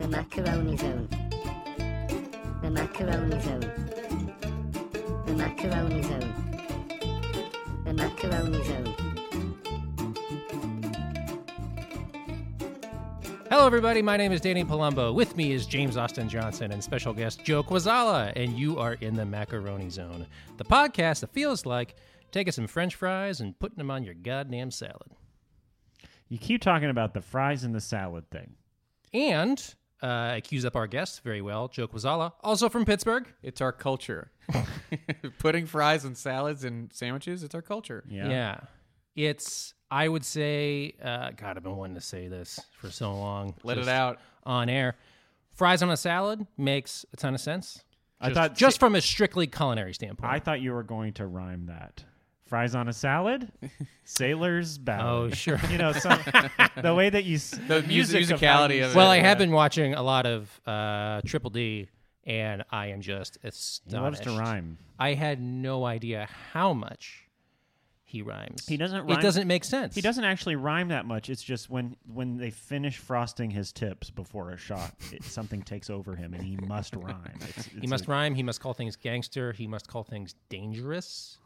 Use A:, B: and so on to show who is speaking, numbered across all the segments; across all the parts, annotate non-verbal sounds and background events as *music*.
A: The Macaroni Zone. The Macaroni Zone. The Macaroni Zone. The Macaroni Zone.
B: Hello, everybody. My name is Danny Palumbo. With me is James Austin Johnson and special guest Joe Quazala, and you are in the Macaroni Zone, the podcast that feels like taking some French fries and putting them on your goddamn salad.
C: You keep talking about the fries and the salad thing.
B: And uh, I cues up our guest very well, Joe Quazala, also from Pittsburgh.
D: It's
B: *laughs*
D: our culture. *laughs* Putting fries and salads and sandwiches, it's our culture.
B: Yeah. It's, I would say, uh, God, I've been wanting to say this for so long.
D: Let it
B: just *laughs*
D: out.
B: On air. Fries on a salad makes a ton of sense.
C: I
B: Just-
C: thought
B: just from a strictly culinary standpoint.
C: I thought you were going to rhyme that. Fries on a *laughs* salad, sailor's
B: Oh,
C: ballad. *laughs*
B: sure.
C: You know, some, the way that
B: *laughs*
C: you s-
D: The mus- musicality of it.
B: Well, I
D: Yeah.
B: have been watching a lot of uh, Triple D, and I am just
C: He loves
B: astonished.
C: to rhyme.
B: I had no idea how much he rhymes.
C: He doesn't
B: It
C: rhyme-
B: doesn't make sense.
C: He doesn't actually rhyme that much. It's just when when they finish frosting his tips before a shot, it, something takes over him and he must rhyme. It's,
B: He
C: it's
B: must
C: a
B: rhyme. He must call things gangster. He must call things dangerous.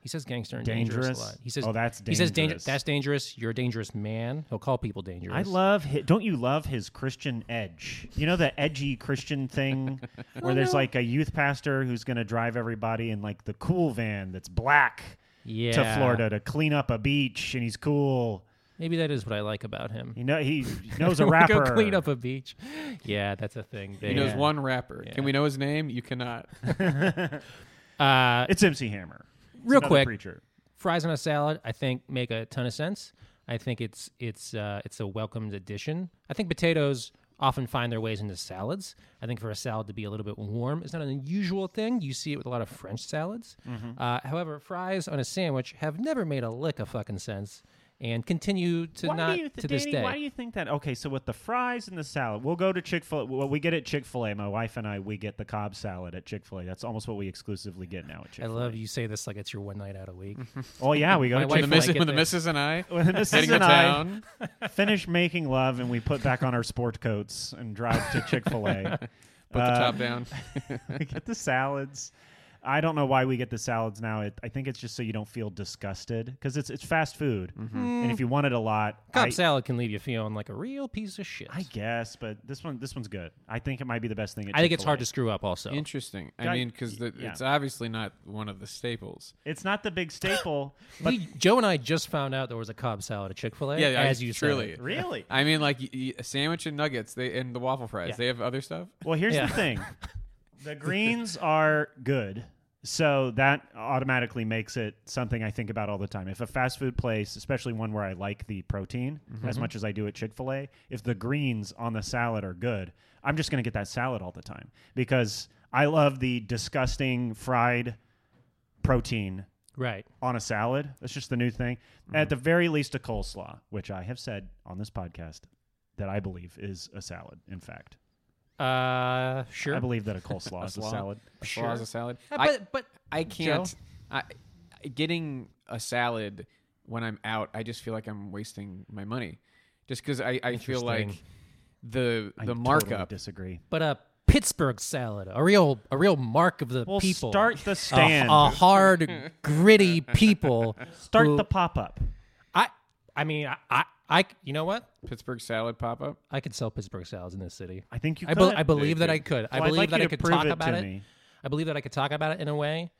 B: He says gangster and
C: Dangerous?
B: a lot. He says
C: Oh, that's
B: He says danger.
C: dangerous.
B: That's dangerous. You're a dangerous man. He'll call people dangerous.
C: I love. His, don't you love his Christian edge? You know the edgy Christian *laughs* thing, where there's like a youth pastor who's going to drive everybody in like the cool van that's black
B: yeah.
C: to Florida to clean up a beach, and he's cool.
B: Maybe that is what I like about him.
C: You
B: *laughs*
C: know he knows a
B: Go
C: rapper.
B: clean up a beach. Yeah, that's a thing.
D: He
B: They-
D: knows one rapper.
B: Yeah.
D: Can we know his name?
B: *laughs*
D: You cannot.
B: Uh,
C: it's MC Hammer. It's
B: Real
C: another
B: quick.
C: preacher.
B: fries on a salad i think make a ton of sense i think it's it's uh, it's a welcomed addition i think potatoes often find their ways into salads i think for a salad to be a little bit warm is not an unusual thing you see it with a lot of french salads uh, however fries on a sandwich have never made a lick of fucking sense and continue to
C: Why
B: not
C: do you th-
B: to this
C: Danny,
B: day
C: Why do you think that? Okay, so with the fries and the salad, we'll go to Chick Fil. A What we get at Chick Fil A, my wife and I, we get the Cobb salad at Chick Fil A. That's almost what we exclusively get now at Chick
B: i
C: Fil A.
B: love you say this like it's your one night out a week
C: Oh yeah, we go
B: My
C: to
B: wife
C: Chick
D: When
C: Fil
D: the,
C: A.
D: miss-
B: like it
D: when the
B: there.
D: missus
B: *laughs*
D: and I
C: when the *laughs* missus
D: heading to
C: and I
D: town,
C: finish making love and we put back on our sport coats and drive to Chick fil
B: *laughs*
C: A.
D: put
B: uh,
D: the top down.
C: we *laughs* get the salads. I don't know why we get the salads now. It, I think it's just so you don't feel disgusted because it's it's fast food,
B: Mm-hmm.
C: and if you want it a lot,
B: cobb
C: I,
B: salad can leave you feeling like a real piece of shit
C: I guess. But this one this one's good. I think it might be the best thing. At
B: I think it's hard to
C: Chick-fil-A.
B: screw up also
D: Interesting.
C: Guy-
D: I mean, because
C: yeah.
D: it's obviously not one of the staples.
C: It's not the
B: *laughs*
C: big staple, but
B: we, Joe and I just found out there was a Cobb salad at Chick Fil A.
D: Yeah, I-
B: as you said it.
D: truly.
C: really.
D: I mean, like y- y- a sandwich and nuggets, they and the waffle fries. They have other stuff.
C: Well, here's
B: Yeah.
C: the thing. The greens are good. So that automatically makes it something I think about all the time. If a fast food place, especially one where I like the protein as much as I do at Chick fil A, if the greens on the salad are good, I'm just going to get that salad all the time because I love the disgusting fried protein
B: Right.
C: on a salad. That's just the new thing. At the very least, a coleslaw, which I have said on this podcast that I believe is a salad, in fact.
B: Uh, sure.
C: I believe that a coleslaw is a
D: slaw.
C: salad.
D: A slaw is a salad.
B: Uh,
D: I-
B: but but
D: I can't. I, I- getting a salad when I'm out, I just feel like I'm wasting my money, just because I, I feel like
B: Interesting.
D: the the
C: I totally
D: markup.
C: disagree.
B: but a Pittsburgh salad, a real a real mark of the
C: Well,
B: people.
C: start the
B: A-
C: stand.
B: A, hard, gritty people.
C: *laughs* Start
B: who-
C: the pop up.
B: I I mean I, I I, c- you know what?
D: Pittsburgh salad pop up.
B: I could sell Pittsburgh salads in this city.
C: I think you
B: I,
C: could.
B: be- I believe that I could.
D: could.
B: I
C: Well, I'd
B: believe
C: like
B: that
C: you
B: I
C: to
B: could
C: prove
B: talk
C: it
B: about
C: to
B: it.
C: me.
B: I believe that I could talk about it in a way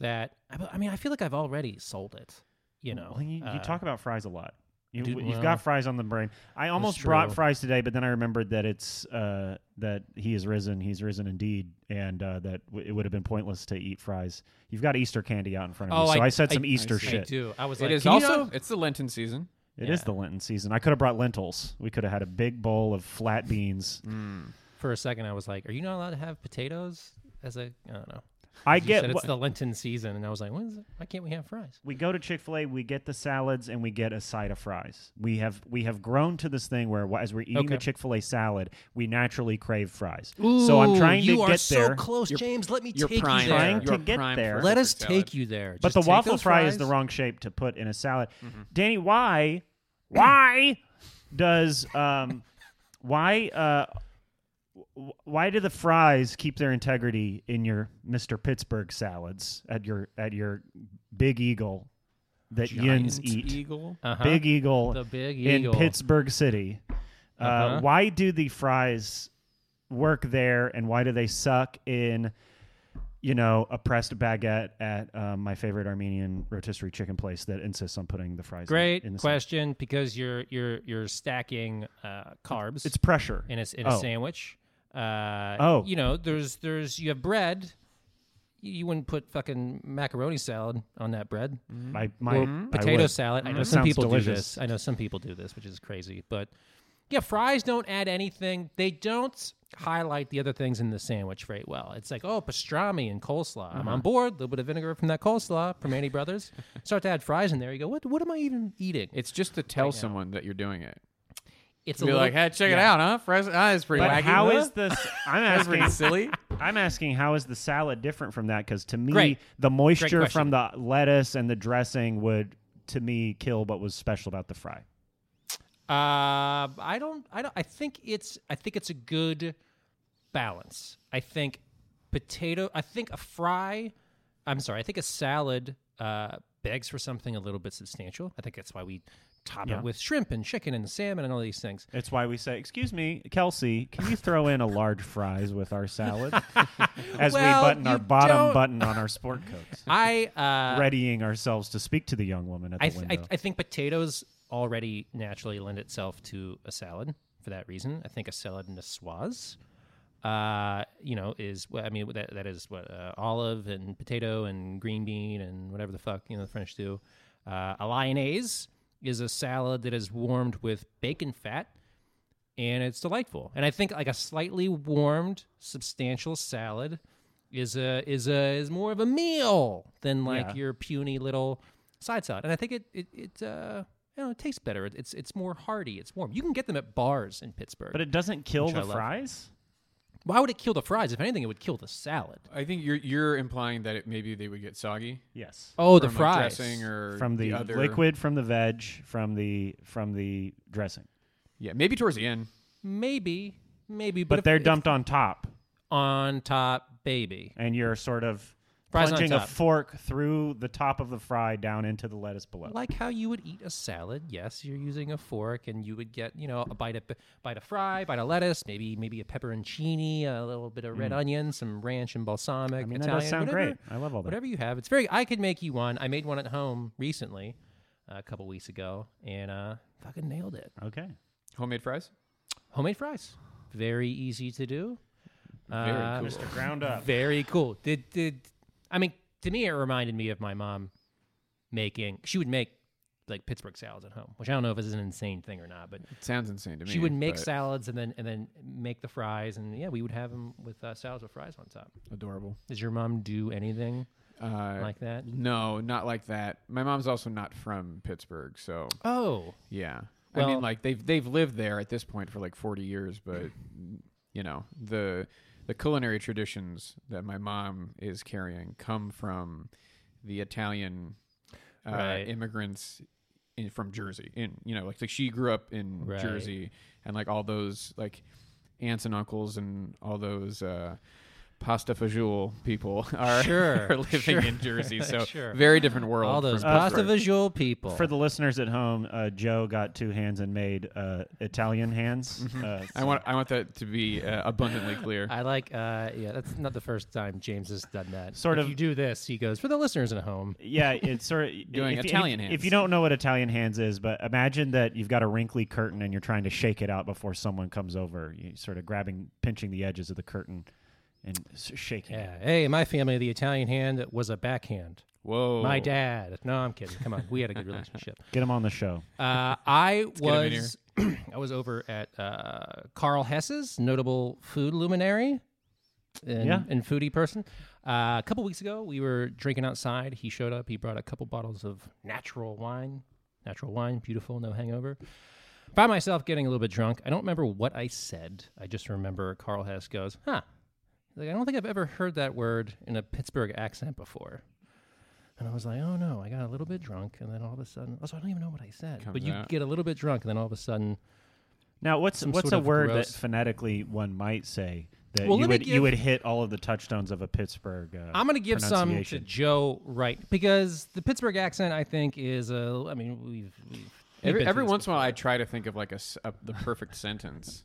B: that I, be- I mean, I feel like I've already sold it. You know,
C: Well, you, you
B: Uh,
C: talk about fries a lot. You,
B: dude,
C: have
B: well,
C: got fries on the brain. I almost brought
B: true.
C: fries today, but then I remembered that it's uh, that he is risen. He's risen indeed, and uh, that w- it would have been pointless to eat fries. You've got Easter candy out in front of
B: Oh,
C: you, so
B: I-
C: I, said some
B: I-
C: Easter
D: I see.
B: I
C: shit. It is
B: do. I was
D: It
B: like,
D: is
B: "Can you
D: also
B: not-"
D: it's the Lenten season.
B: Yeah.
C: the Lenten season. I could have brought lentils. We could have had a big bowl of flat beans.
B: Mm. for a second. I was like, are you not allowed to have potatoes as a? I don't know.
C: I
B: You
C: get
B: said
C: what-
B: it's the Lenten season, and I was like, when is it? why can't we have fries?
C: we go to Chick-fil-A, we get the salads and we get a side of fries. We have we have grown to this thing where wh- as we're eating
B: Okay.
C: the Chick-fil-A salad, we naturally crave fries. so I'm trying to
B: you are
C: get
B: so
C: there.
B: close, James. Let me
D: You're
B: take
D: prime.
B: you there.
C: Trying
D: You're
C: to get
D: prime
C: there.
D: for a
B: Let
D: Pittsburgh
B: us
D: salad.
B: take you there.
C: but
B: Just
C: the
B: take
C: waffle
B: those
C: fry
B: fries Mm-hmm.
C: is the wrong shape to put in a salad. Danny, why why does um why uh w- why do the fries keep their integrity in your Mr. Pittsburgh salads at your at your Big Eagle that Yins
D: Giant
C: eat?
D: Eagle.
B: Uh-huh.
C: Big Eagle
B: The Big
C: in
B: Eagle.
C: Pittsburgh City. Uh,
B: Uh-huh.
C: Why do the fries work there, and why do they suck in, you know, a pressed baguette at um, my favorite Armenian rotisserie chicken place that insists on putting the fries? in-
B: Great
C: in, the sandwich?
B: question because you're you're you're stacking uh, carbs.
C: It's pressure.
B: in a, in a
C: Oh.
B: sandwich. Uh,
C: Oh.
B: you know, there's there's you have bread. You, you wouldn't put fucking macaroni salad on that bread.
C: My, my
B: Or
C: I
B: potato
C: would.
B: salad. I know
C: That
B: some
C: sounds
B: people do
C: delicious.
B: this. I know some people do this, which is crazy. But yeah, fries don't add anything. They don't highlight the other things in the sandwich very well. It's like, oh, pastrami and coleslaw. I'm
C: Mm-hmm.
B: on board. A little bit of vinegar from that coleslaw from Annie Brothers. Start to add fries in there. You go, what? What am I even eating?
D: It's just to tell someone that you're doing it.
B: it's
D: Be like, hey, check it out, huh? Fries. Ah, it's pretty
C: But
D: wacky.
C: how
D: huh? *laughs*
C: is this?
B: *laughs*
C: I'm
D: That's pretty
C: asking.
D: silly.
C: I'm asking how is the salad different from that? Because to me,
B: Great.
C: the moisture
B: question.
C: from the lettuce and the dressing would, to me, kill what was special about the fry.
B: Uh, I don't. I don't. I think it's. I think it's a good balance. I think potato. I think a fry. I'm sorry. I think a salad uh, begs for something a little bit substantial. I think that's why we top
C: Yeah.
B: it with shrimp and chicken and salmon and all these things.
C: It's why we say, "Excuse me, Kelsey, can you throw in a large fries with
B: *laughs*
C: our salad?" As
B: Well,
C: we button our
B: you
C: bottom
B: don't-
C: button on our sport coats,
B: I *laughs* uh,
C: readying ourselves to speak to the young woman at the
B: I, th- I,
C: window.
B: I think potatoes already naturally lend itself to a salad for that reason. I think a salad niçoise, uh, you know, is well, I mean that that is what uh, olive and potato and green bean and whatever the fuck you know the French do. Uh, a lyonnaise is a salad that is warmed with bacon fat, and it's delightful. And I think like a slightly warmed, substantial salad is a is a is more of a meal than like
C: Yeah.
B: your puny little side salad. And I think it it, it uh you know it tastes better. It- It's it's more hearty. It's warm. You can get them at bars in Pittsburgh.
C: but it doesn't kill
B: Which I
C: the
B: love.
C: fries.
B: Why would it kill the fries? If anything, it would kill the salad.
C: Uh,
D: I think you're you're implying that it, maybe they would get soggy.
C: Yes,
B: Oh, the
D: from, like,
B: fries.
D: dressing or
C: from the,
D: other
C: liquid, from the veg, from the from the dressing.
D: Yeah, maybe towards the end.
B: Maybe, maybe,
C: But,
B: but, if-
C: they're
B: if
C: dumped on top,
B: on top, baby.
C: and you're sort of
B: Fries on
C: plunging a
B: top.
C: fork through the top of the fry down into the lettuce below.
B: Like how you would eat a salad. Yes, you're using a fork, and you would get you know a bite of bite of fry, bite of lettuce, maybe maybe a pepperoncini, a little bit of red onion, some ranch and balsamic.
C: Mm. I mean, that
B: Italian,
C: does sound
B: whatever,
C: great. I love all that.
B: Whatever you have, it's very. I could make you one. I made one at home recently, uh, a couple weeks ago, and uh, fucking nailed it.
C: okay,
D: Homemade fries.
B: Homemade fries, very easy to do.
D: Very
B: Uh,
D: cool.
C: Mr. Ground Up.
B: Very cool. Did did I mean to me it reminded me of my mom making she would make like Pittsburgh salads at home, which I don't know if this is an insane thing or not, but
D: It sounds insane to me.
B: she would make
D: but
B: salads and then and then make the fries and yeah, we would have them with uh, salads with fries on top.
D: adorable.
B: Does your mom do anything
D: Uh,
B: like that?
D: No, not like that. My mom's also not from Pittsburgh, so
B: Oh,
D: yeah. I
B: Well-
D: mean, like they've they've lived there at this point for like forty years, but you know the the culinary traditions that my mom is carrying come from the Italian uh,
B: Right.
D: immigrants in, from Jersey. In you know, like like she grew up in
B: Right.
D: Jersey, and like all those like aunts and uncles and all those uh, pasta fajoule people *laughs* are,
B: Sure,
D: are living
B: sure.
D: in Jersey.
B: *laughs*
D: So
B: Sure.
D: very different world.
B: All those
D: from
B: pasta
D: Pittsburgh.
B: visual people.
C: For the listeners at home, uh, Joe got two hands and made uh, Italian hands.
B: Mm-hmm.
C: Uh,
D: I want I want that to be uh, abundantly clear.
B: I like, uh, yeah, that's not the first time James has done that.
C: Sort
B: If
C: of-
B: you do this, he goes, for the listeners at home.
C: Yeah, it's sort
B: *laughs*
C: of
D: Doing
C: if,
D: Italian
C: if,
D: hands.
C: If you don't know what Italian hands is, but imagine that you've got a wrinkly curtain and you're trying to shake it out before someone comes over. You sort of grabbing, pinching the edges of the curtain and s- shaking. it.
B: Yeah. Hey, in my family, the Italian hand was a backhand.
D: Whoa,
B: My dad. No, I'm kidding. Come on. We had a good relationship.
C: Get him on the show.
B: Uh, I
D: get him in
B: was *clears throat* I was over at uh, Carl Hess's notable food luminary and,
C: Yeah.
B: and foodie person. Uh, a couple weeks ago, we were drinking outside. He showed up. He brought a couple bottles of natural wine. Natural wine, beautiful, no hangover. By myself, getting a little bit drunk. I don't remember what I said. I just remember Carl Hess goes, "Huh." Like I don't think I've ever heard that word in a Pittsburgh accent before. And I was like, oh no, I got a little bit drunk, and then all of a sudden, also I don't even know what I said.
D: Comes
B: but you
D: out.
B: get a little bit drunk, and then all of a sudden,
C: Now, what's
B: Some
C: what's
B: sort
C: a
B: of
C: word
B: gross-
C: that phonetically one might say that
B: Well,
C: you
B: let me
C: would
B: give-
C: you would hit all of the touchstones of a Pittsburgh? Uh,
B: I'm going to give some to
C: pronunciation.
B: Joe right because the Pittsburgh accent, I think, is a. I mean, we've. we've
D: Every, every once in a while, I try to think of like a, s- a- the
B: *laughs*
D: perfect sentence.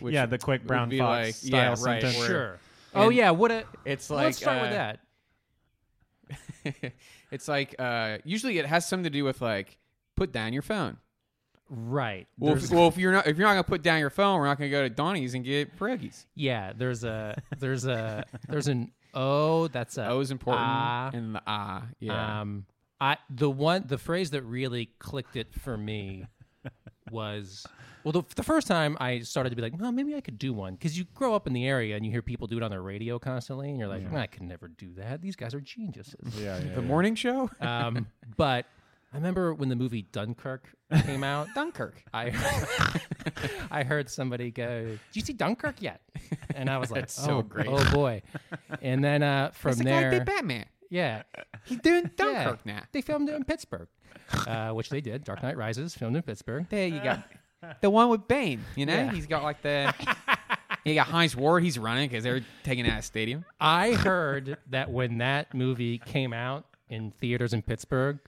D: which
C: Yeah, the quick
D: would
C: brown
D: be
C: fox
D: yeah,
C: style
D: right,
C: sentence.
D: where-
B: sure. Oh
D: and
B: yeah, what a.
D: It's
B: well,
D: like
B: let's start with
D: uh,
B: that.
D: *laughs* it's like uh, usually it has something to do with like put down your phone.
B: Right.
D: Well
B: There's-
D: if, well, if you're not if you're not gonna put down your phone, we're not gonna go to Donnie's and get pierogies.
B: yeah. There's a. There's a. There's an. Oh, that's a.
D: O is important,
B: ah.
D: and the ah, yeah.
B: Um, I the one the phrase that really clicked it for
D: *laughs*
B: me was well the, the first time I started to be like, well, maybe I could do one because you grow up in the area and you hear people do it on the radio constantly, and you're like, I could never do that. These guys are geniuses.
C: Yeah,
B: *laughs*
C: yeah,
D: the morning show.
B: Um, but I remember when the movie Dunkirk came
D: *laughs*
B: out. Dunkirk. I *laughs* I heard somebody go, "Did you see Dunkirk yet?" And I was like,
D: That's so
B: "Oh,
D: great."
B: Oh boy!" And then
D: *laughs*
B: uh, from
D: It's the guy
B: there,
D: who did Batman.
B: yeah. He's doing *laughs*
D: Dunkirk now.
B: They filmed it in Pittsburgh, uh, which they did. Dark Knight Rises filmed in Pittsburgh. There you go. the one with Bane.
D: You know,
B: Yeah.
D: he's got like the he got Heinz Ward. He's running because they're taking out a stadium.
B: I heard that when that movie came out in theaters in Pittsburgh,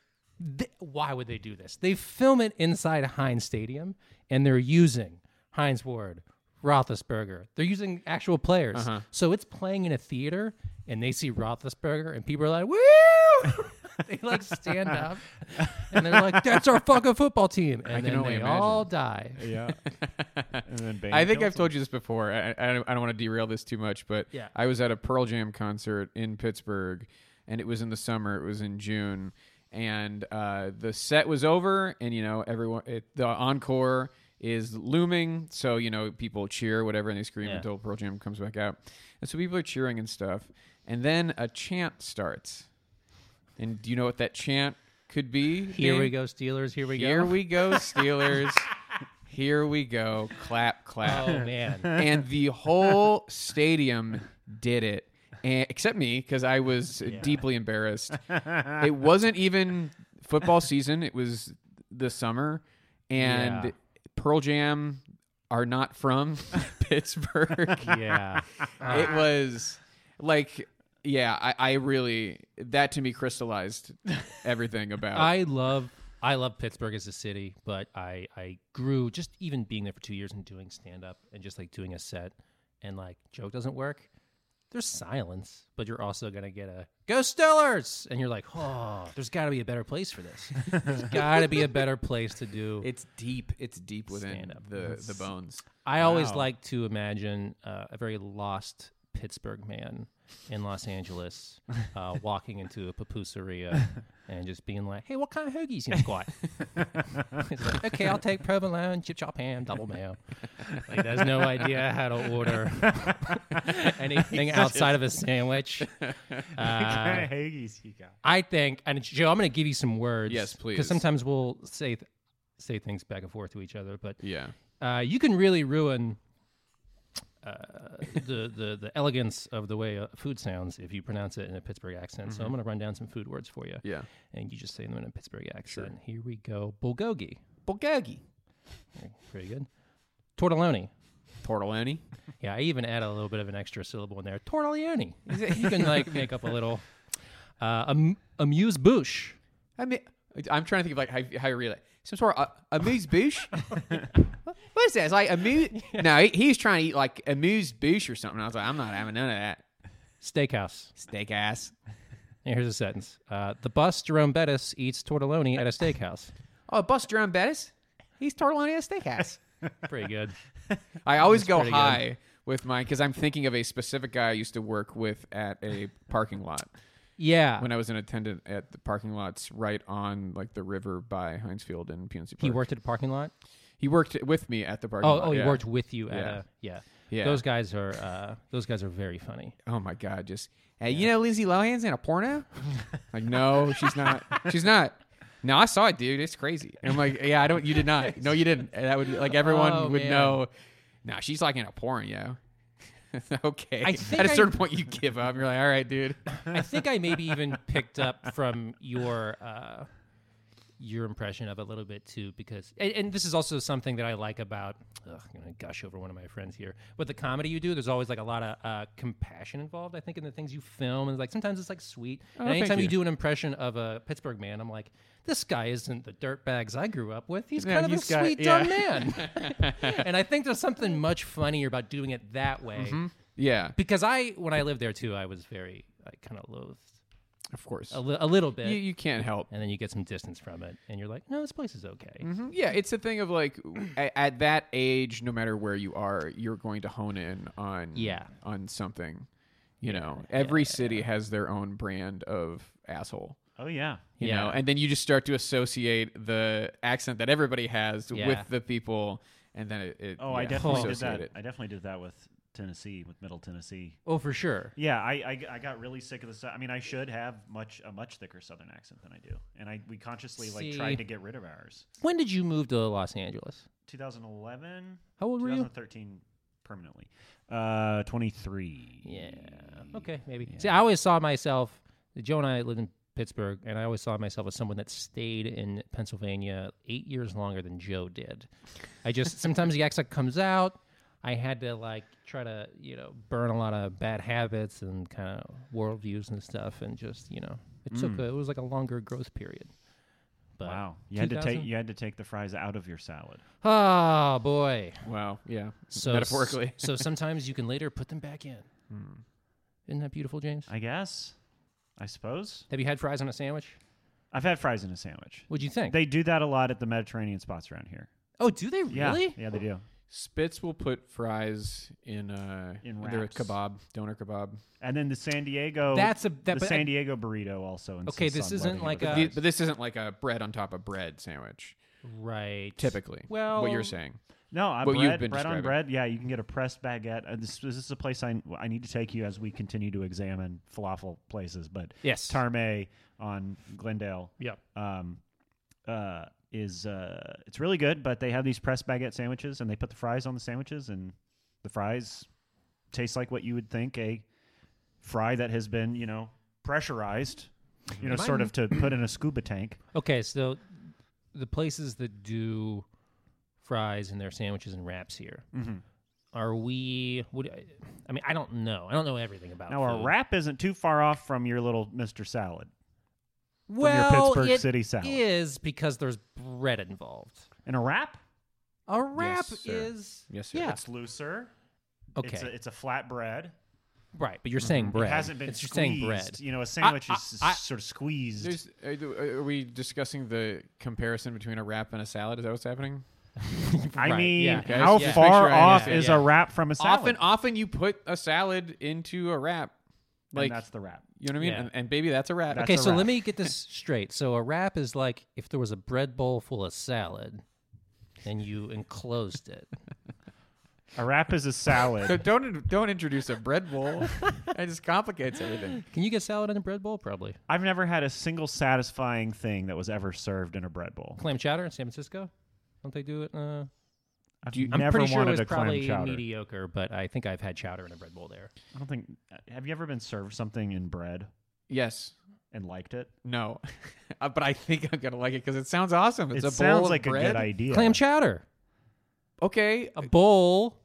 B: th- why would they do this? They film it inside Heinz Stadium, and they're using Heinz Ward, Roethlisberger. They're using actual players,
D: Uh-huh.
B: so it's playing in a theater, and they see Roethlisberger, and people are like, "Woo!" *laughs* they like stand up, and they're like, "That's our fucking football team," and
D: can
B: then
D: only
B: they
D: imagine.
B: all die.
C: yeah. and then Bane
D: I think
C: kills
D: I've told you this before. I, I, I don't want to derail this too much, but
B: Yeah.
D: I was at a Pearl Jam concert in Pittsburgh, and it was in the summer. It was in June, and uh, the set was over, and you know everyone. It, the encore is looming, so you know people cheer, whatever, and they scream
B: Yeah.
D: until Pearl Jam comes back out, and so people are cheering and stuff, and then a chant starts, and do you know what that chant could be?
B: Here we
D: Dave?
B: go, Steelers. Here we go. *laughs*
D: Here we go, Steelers. Here we go.
B: *laughs*
D: Clap, clap.
B: Oh man.
D: And the whole stadium did it. And, except me, because I was deeply embarrassed. it wasn't even football season, it was the summer. And
B: Yeah.
D: Pearl Jam are not from *laughs* Pittsburgh
B: Yeah.
D: it was like yeah I, I really that to me crystallized everything about
B: I love I love Pittsburgh as a city, but I I grew just even being there for two years and doing stand up and just like doing a set and like joke doesn't work. There's silence, but you're also gonna get a go Steelers, and you're like, oh, there's got to be a better place for this. There's got to be a better place to do.
D: it's deep it's deep within
B: Stand up.
D: the the bones
B: I always
C: Wow.
B: like to imagine uh, a very lost Pittsburgh man in Los Angeles
D: *laughs*
B: uh, walking into a pupuseria and just being like, "Hey, what kind of hoagies you
D: *laughs*
B: got?" He's like, "Okay, I'll take provolone, chip chop ham, double mayo." Like, there's no idea how to order
D: *laughs*
B: anything outside of a
D: *laughs*
B: sandwich. Uh,
C: Kind of Haggies he got.
B: I think, and Joe, I'm going to give you some words.
D: Yes, please.
B: Because sometimes we'll say th- say things back and forth to each other, but
D: yeah
B: uh, you can really ruin uh, the, the the elegance of the way uh, food sounds if you pronounce it in a Pittsburgh accent. So I'm going to run down some food words for you,
D: Mm-hmm. yeah
B: and you just say them in a Pittsburgh accent. Here we go: bulgogi,
D: bulgogi
B: pretty good. Tortelloni,
D: tortelloni
B: Yeah, I even added a little bit of an extra syllable in there. Tortellini. you can like make up a little uh, am- amuse bouche.
D: I mean, I'm trying to think of like how, how you read it. Some sort of uh,
B: *laughs*
D: amuse bouche. what is that? It's like amuse. No, he, he was trying to eat like amuse bouche or something. I was like, I'm not having none of that.
B: Steakhouse.
D: Steak ass.
B: And here's a sentence. Uh, the bus Jerome Bettis eats tortelloni at a steakhouse.
D: Oh, bus Jerome Bettis. He's tortelloni at a steakhouse.
B: Pretty good.
D: I always go
B: pretty good.
D: high with mine because I'm thinking of a specific guy I used to work with at a parking lot
B: Yeah.
D: when I was an attendant at the parking lots right on like the river by Hinesfield and PNC Park.
B: he worked at a parking lot.
D: He worked with me at the parking
B: Oh,
D: lot.
B: oh, he
D: yeah.
B: worked with you at
D: Yeah.
B: a yeah.
D: Yeah.
B: Those guys are uh, those guys are very funny.
D: oh my god, just hey, you know Lindsay Lohan's in
B: *laughs*
D: a porno? like, no, she's not. She's not. No, I saw it, dude. It's crazy. And I'm like, yeah, I don't. You did
B: *laughs*
D: not. No, you didn't. And that would like everyone
B: Oh,
D: would
B: man.
D: know. Nah, she's like in a porn, yo. *laughs* okay.
B: I think
D: at a
B: I-
D: certain point, you give up. You're like, all right, dude.
B: I think I maybe even picked up from your uh, your impression of it a little bit too, because and, and this is also something that I like about. Ugh, I'm gonna gush over one of my friends here, but the comedy you do, there's always like a lot of uh, compassion involved. I think in the things you film, and like sometimes it's like sweet. and
D: Oh, thank
B: anytime you.
D: you.
B: do an impression of a Pittsburgh man, I'm like, this guy isn't the dirt bags I grew up with. He's
D: Yeah,
B: kind of
D: he's
B: a
D: got-
B: sweet
D: yeah. *laughs*
B: dumb man, and I think there's something much funnier about doing it that way.
D: Mm-hmm. Yeah,
B: Because I, when I lived there too, I was very like, kind of loathed
D: of course.
B: a, li- a little bit,
D: You, you can't help.
B: and then you get some distance from it, and you're like, no, this place is okay.
D: Yeah, it's a thing of like at, at that age, no matter where you are, you're going to hone in on
B: Yeah.
D: on something. You know, every city has their own brand of asshole.
C: Oh yeah.
D: You
B: Yeah.
D: know, and then you just start to associate the accent that everybody has
B: Yeah.
D: with the people, and then it. it
C: Oh, I
D: yeah,
C: definitely did
D: associate
C: that.
D: it.
C: I definitely did that with Tennessee, with Middle Tennessee.
B: Oh, for sure.
C: Yeah, I, I, I got really sick of the. Sou- I mean, I should have much a much thicker Southern accent than I do, and I we consciously like
B: See.
C: tried to get rid of ours.
B: When did you move to Los Angeles?
C: 2011.
B: How old were you?
C: 2013 permanently. Uh, 23.
B: Yeah. Okay, maybe. See, I always saw myself. Joe and I lived in Pittsburgh, and I always saw myself as someone that stayed in Pennsylvania eight years longer than Joe did. I just
C: *laughs*
B: sometimes the accent comes out. I had to like try to you know burn a lot of bad habits and kind of worldviews and stuff, and just you know it took a, it was like a longer growth period. But
C: Mm. Wow, you had to take
B: 2000?
C: you had to take the fries out of your salad.
B: Oh boy.
D: Wow. Yeah.
B: So
D: Metaphorically.
B: so sometimes you can later put them back
C: *laughs*
B: in. Isn't that beautiful, James?
C: Hmm. I guess. I suppose.
B: Have you had fries on a sandwich?
C: I've had fries in a sandwich.
B: What'd you think?
C: They do that a lot at the Mediterranean spots around here.
B: oh, do they
C: Yeah,
B: really?
C: yeah, they do.
D: Spitz will put fries in uh
C: In
D: their
C: wraps.
D: kebab, doner kebab.
C: And then the San Diego.
B: That's a- that-
C: the
B: but I-
C: San Diego burrito also. insists
B: Okay, this
C: on
B: isn't
C: letting it
B: like
C: with
B: a-
C: fries.
D: The- but this isn't like a bread on top of bread sandwich.
B: Right.
D: Typically,
B: Well,
D: what you're saying.
C: No, I
D: What
C: bread,
D: you've been
C: bread on
D: describing.
C: bread. Yeah, you can get a pressed baguette. Uh, this, this is a place I, I need to take you as we continue to examine falafel places. But
B: Yes.
C: Tarme on Glendale.
B: Yeah.
C: Um, uh, is uh, it's really good, but they have these pressed baguette sandwiches, and they put the fries on the sandwiches, and the fries taste like what you would think a fry that has been, you know, pressurized, you know, sort of to put in a scuba tank.
B: Okay, so the places that do fries and their sandwiches and wraps here.
C: Mm-hmm.
B: Are we? Would, I mean, I don't know. I don't know everything about.
C: Now, our
B: food.
C: wrap isn't too far off from your little Mister Salad. your
B: well,
C: Pittsburgh
B: it
C: City salad.
B: is because there's bread involved.
C: And a wrap?
B: A wrap
D: sir.
B: is
D: Yes, sir.
B: Yeah.
C: It's looser.
B: okay,
C: It's a, it's a flat bread.
B: right. But you're saying bread
C: It hasn't been
B: It's you're
C: squeezed.
B: saying bread.
C: You know, a sandwich
B: I-
C: is
B: I-
C: sort of squeezed.
D: There's, are th- are we discussing the comparison between a wrap and a salad? Is that what's happening?
C: I
B: Right,
C: mean,
B: yeah.
D: Okay,
C: how
D: yeah. Just make
C: far
D: sure I
C: off
D: understand.
C: is
B: Yeah.
C: a wrap from a salad?
D: Often, often you put a salad into a wrap,
C: And
D: like
C: that's the wrap.
D: you know what I mean.
B: Yeah.
D: And, and baby, that's a wrap.
C: That's
B: Okay,
C: a
B: so
C: wrap.
B: let me get this *laughs* straight. So a wrap is like if there was a bread bowl full of salad and you enclosed
C: *laughs*
B: it.
C: A wrap is a
D: So
C: salad.
D: don't don't introduce a bread
C: *laughs*
D: bowl. it just complicates everything.
B: Can you get salad in a bread bowl? Probably.
C: I've never had a single satisfying thing that was ever served in a bread bowl.
B: Clam chowder in San Francisco? Don't they do it? Uh,
C: I've
D: you- I'm
B: I'm
C: never
B: pretty sure it
C: wanted
B: was
C: a clam
B: probably
C: chowder.
B: mediocre, but I think I've had chowder in a bread bowl there.
C: I don't think. Have you ever been served something in bread
D: Yes.
C: and liked it?
D: No. *laughs* Uh, but I think I'm gonna like it because it sounds awesome. It's
C: it
D: a bowl
C: sounds
D: of
C: like
D: bread.
C: a good idea.
B: Clam chowder,
D: Okay.
B: a bowl,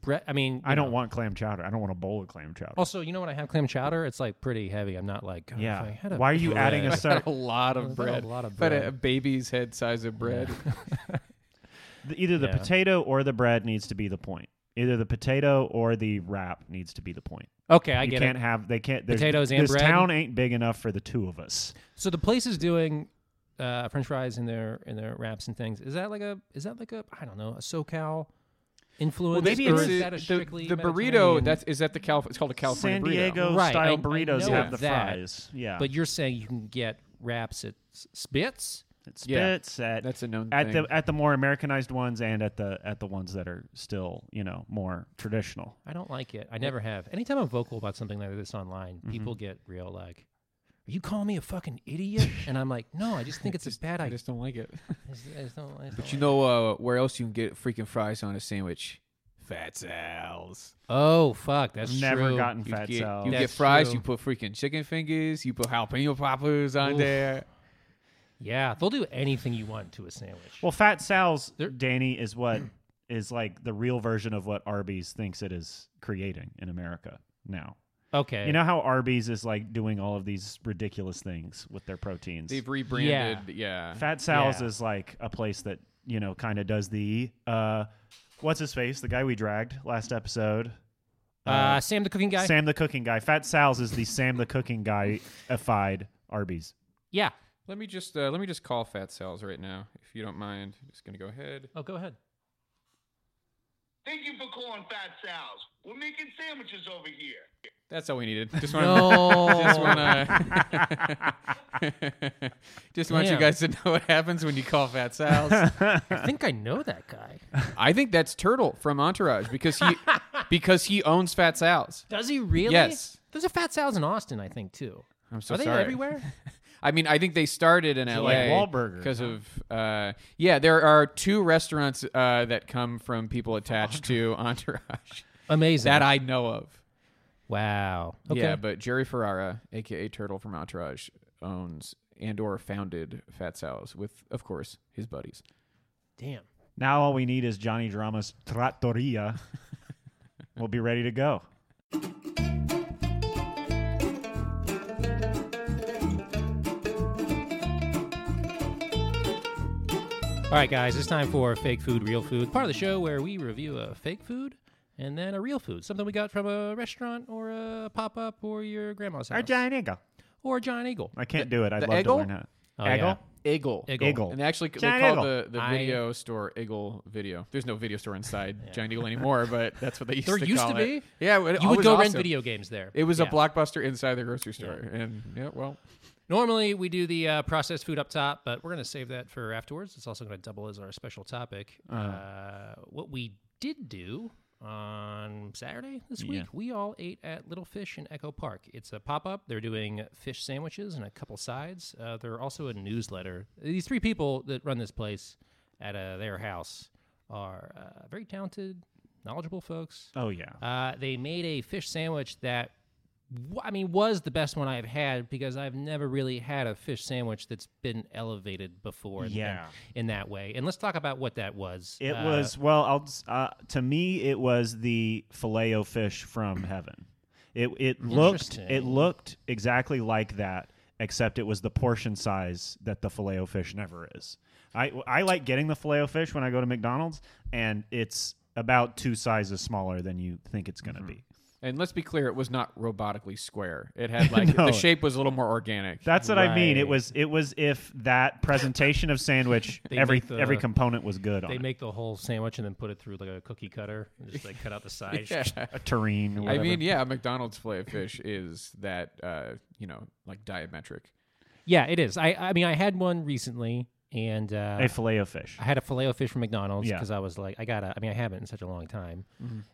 B: Bre- I mean,
C: I
B: you
C: don't
B: know.
C: want clam chowder. I don't want a bowl of clam chowder.
B: Also, you know when I have clam chowder, it's like pretty heavy. I'm not like God,
C: Yeah.
B: If I had a
C: Why are you adding a
B: *laughs* bread-
C: So-
D: a lot
B: Is
D: of
B: that a
D: bread.
B: lot of
D: But a
B: bread?
D: baby's head size of bread. *laughs*
C: The- Either the
B: Yeah.
C: potato or the bread needs to be the point. Either the potato or the wrap needs to be the point.
B: Okay, I
C: you
B: get
C: can't
B: it.
C: have they can't there's-
B: Potatoes and
C: this
B: bread?
C: town ain't big enough for the two of us.
B: So the place is doing uh, French fries in their in their wraps and things. Is that like a is that like a I don't know a SoCal influence?
D: maybe
B: or
D: it's
B: is
D: the-
B: that a strictly
D: the, the burrito.
B: Mediterranean?
D: That's is that the Cal? It's called a California
C: San
D: burrito.
C: Diego
B: Right, I-
C: style
B: I
C: burritos
B: know
C: have the
B: that,
C: fries. Yeah.
B: But you're saying you can get wraps at S- Spitz.
C: it
D: Yeah.
C: spits at
D: That's a known
C: at
D: thing.
C: the at the more Americanized ones and at the at the ones that are still, you know, more traditional.
B: I don't like it. I never have. Anytime I'm vocal about something like this online,
D: Mm-hmm.
B: people get real like, "Are you calling me a fucking
D: *laughs*
B: idiot?" and I'm like, "No, I just think it's a bad
D: I
B: idea."
D: just don't like it. *laughs*
B: I just- I just don't- I just
D: But
B: don't
D: you
B: like
D: know uh, where else you can get freaking fries on a sandwich? Fat Sal's.
B: it. Oh fuck, that's
C: I've never
B: true.
C: gotten
D: You
C: fat
D: get,
C: Sal.
D: you get
B: That's
D: fries.
B: true.
D: You put freaking chicken fingers. You put jalapeno poppers on
B: Oof.
D: there.
B: Yeah, they'll do anything you want to a sandwich.
C: Well, Fat Sal's
B: There-
C: Danny is what *clears throat* is like the real version of what Arby's thinks it is creating in America now.
B: okay,
C: You know how Arby's is like doing all of these ridiculous things with their proteins.
D: They've rebranded. Yeah.
C: Fat Sal's
B: Yeah.
C: is like a place that you know kind of does the uh, what's his face, the guy we dragged last episode,
B: uh, Sam the cooking guy.
C: Sam the cooking guy. Fat Sal's is the Sam the cooking guy-ified Arby's.
B: Yeah.
D: Let me just uh, let me just call Fat Sal's right now, if you don't mind. I'm just gonna go ahead.
B: Oh, go ahead.
E: Thank you for calling Fat Sal's. We're making sandwiches over here.
D: That's all we needed. Just want
B: No.
D: *laughs* just want to *laughs* just want you
B: Damn.
D: guys to know what happens when you call
B: *laughs*
D: Fat Sal's.
B: I think I know that guy.
D: I think that's Turtle from Entourage because he because he owns Fat Sal's.
B: *laughs* Does he really?
D: Yes.
B: There's a Fat Sal's in Austin, I think, too.
D: I'm so
B: Are they
D: sorry.
B: everywhere?
D: *laughs* I mean, I think they started in LA
C: like Wahlburgers,
D: because of uh, yeah. There are two restaurants uh, that come from people attached to Entourage *laughs*
B: Amazing.
D: that I know of.
B: wow. Okay.
D: Yeah, but Jerry Ferrara, aka Turtle from Entourage, owns and or founded Fat Sal's with, of course, his buddies.
B: Damn.
C: Now all we need is Johnny Drama's
B: *laughs*
C: Trattoria. we'll be ready to go.
B: All right, guys, it's time for Fake Food, Real Food, part of the show where we review a fake food and then a real food, something we got from a restaurant or a pop up or your grandma's house.
C: Our giant eagle.
B: Or a giant eagle.
C: I can't do it. I'd
D: the
C: love
D: eggle?
C: to learn how.
B: Oh,
C: Eggle?
B: yeah.
D: Eagle.
B: Eagle.
C: Eagle.
D: And they actually they
C: Giant
D: call
C: Eagle.
D: the, the
B: I-
D: video store Eagle Video. There's no video store inside Giant
B: *laughs*
D: Eagle anymore, but that's what they used
B: There
D: to
B: used
D: call
B: to
D: it.
B: be.
D: Yeah, it
B: You would
D: was
B: go rent
D: awesome.
B: video games there.
D: It was a
B: Yeah.
D: blockbuster inside the grocery store, and yeah, well,
B: Normally, we do the uh, processed food up top, but we're going to save that for afterwards. It's also going to double as our special topic. Uh, what we did do on Saturday this week, we all ate at Little Fish in Echo Park. It's a pop up. They're doing fish sandwiches and a couple sides. Uh, they're also a newsletter. These three people that run this place at uh, their house are uh, very talented, knowledgeable folks.
C: Oh yeah.
B: Uh, they made a fish sandwich that, w- I mean, was the best one I've had because I've never really had a fish sandwich that's been elevated before. in- in-
C: Yeah.
B: In, that way. And let's talk about what that was.
C: It
B: Uh,
C: was well. I'll, s- uh, to me, it was the filet o
B: *clears throat*
C: fish from heaven. It it looked it
B: Interesting.
C: looked exactly like that, except it was the portion size that the filet o fish never is. I I like getting the filet o fish when I go to McDonald's, and it's about two sizes smaller than you think it's going to
B: Mm-hmm.
C: be.
D: and let's be clear, it was not robotically square.
B: *laughs*
D: It had like
C: No.
D: the shape was a little more organic.
C: That's what I mean. It
B: Right.
C: was it was if that presentation of sandwich
B: *laughs* They
C: every
B: make the-
C: every component was good on
B: They
C: it.
B: make the whole sandwich and then put it through like a cookie cutter and just like cut
C: *laughs*
B: out the sides.
D: Yeah.
C: a terrine. or
D: I
C: Whatever.
D: mean, yeah, McDonald's filet of fish is that uh, you know like diametric.
B: Yeah, it is. I, I mean, I had one recently and uh,
C: a filet o fish.
B: I had a filet fish from McDonald's
C: Yeah. Mm-hmm.
B: because I was like, I gotta, I mean, I haven't in such a long time.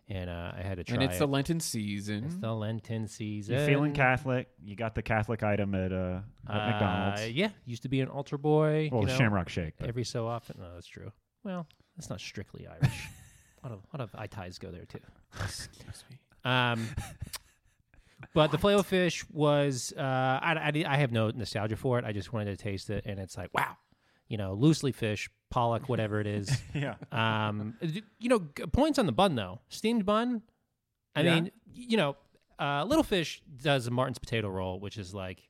B: And uh, I had to try
D: and it's
B: it.
D: the Lenten season.
B: It's the Lenten season.
C: You're feeling Catholic. You got the Catholic item at uh, at
B: Uh,
C: McDonald's.
B: Yeah, used to be an altar boy.
C: Well,
B: you know,
C: Shamrock Shake. But
B: Every so often. No, that's true. Well, that's not strictly
C: *laughs*
B: Irish. a lot of a lot of eye ties go there too.
C: *laughs*
B: Um, but the filet fish was uh, I, I di- I have no nostalgia for it. I just wanted to taste it, and it's like wow, you know, loosely fish, pollock, whatever it is.
C: *laughs* Yeah. *laughs*
B: Um, d- you know, g- points on the bun though. Steamed bun. I
C: Yeah.
B: mean, y- you know, uh, Little Fish does a Martin's potato roll, which is like,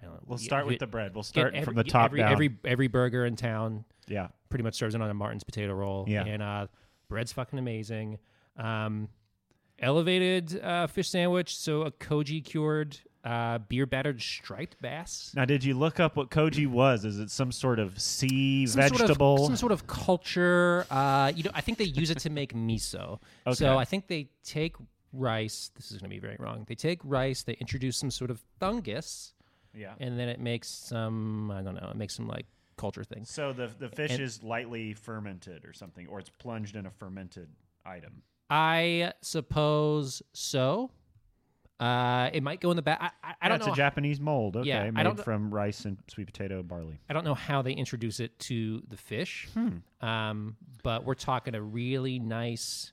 B: I don't know,
C: We'll
B: y-
C: start with
B: hit-
C: the bread. We'll
B: get
C: start
B: every-
C: from the top
B: every,
C: down.
B: Every every burger in town
C: yeah.
B: pretty much serves it on a Martin's potato roll.
C: Yeah.
B: and uh, bread's fucking amazing. Um, elevated uh, fish sandwich, so a koji cured uh, beer battered striped bass.
C: Now, did you look up what koji was? Is it some sort of sea
B: Some sort of-
C: vegetable?
B: some sort of culture. Uh, you know, I think they use it to make miso.
C: *laughs* Okay.
B: So I think they take rice. This is going to be very wrong. They take rice. They introduce some sort of fungus,
C: yeah.
B: and then it makes some. I don't know. It makes some like culture things.
C: So the the fish
B: And-
C: is lightly fermented or something, or it's plunged in a fermented item.
B: I suppose so. Uh, it might go in the back. I, I, I
C: Yeah,
B: don't
C: it's
B: know.
C: a Japanese mold. Okay,
B: Yeah, I
C: made
B: don't kn-
C: from rice and sweet potato barley.
B: I don't know how they introduce it to the fish,
C: Hmm.
B: um, but we're talking a really nice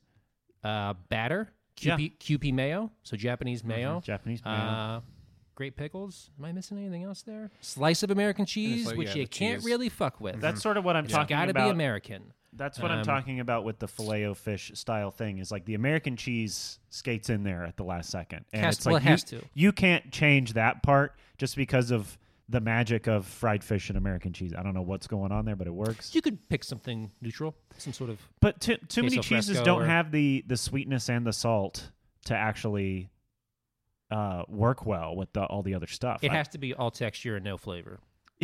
B: uh, batter,
C: Yeah. Mm-hmm.
B: QP, QP mayo, so Japanese mayo,
C: Japanese mayo.
B: Uh, great pickles. Am I missing anything else there? Slice of American cheese,
D: like,
B: which
D: yeah,
B: you
D: the
B: can't
D: cheese.
B: really fuck with.
C: Mm-hmm. That's sort of what I'm
B: it's
C: talking
B: gotta
C: about.
B: be American.
C: That's what I'm talking about with the filet o fish style thing. Is like the American cheese skates in there at the last second, and
B: Has-
C: it's
B: well,
C: like
B: it has
C: you,
B: to.
C: you can't change that part just because of the magic of fried fish and American cheese. I don't know what's going on there, but it works.
B: You could pick something neutral, some sort of
C: But too, too many
B: Queso
C: cheeses
B: fresco
C: don't
B: or-
C: have the the sweetness and the salt to actually uh, work well with the, all the other stuff.
B: It
C: *laughs* I-
B: has to be all texture and no flavor.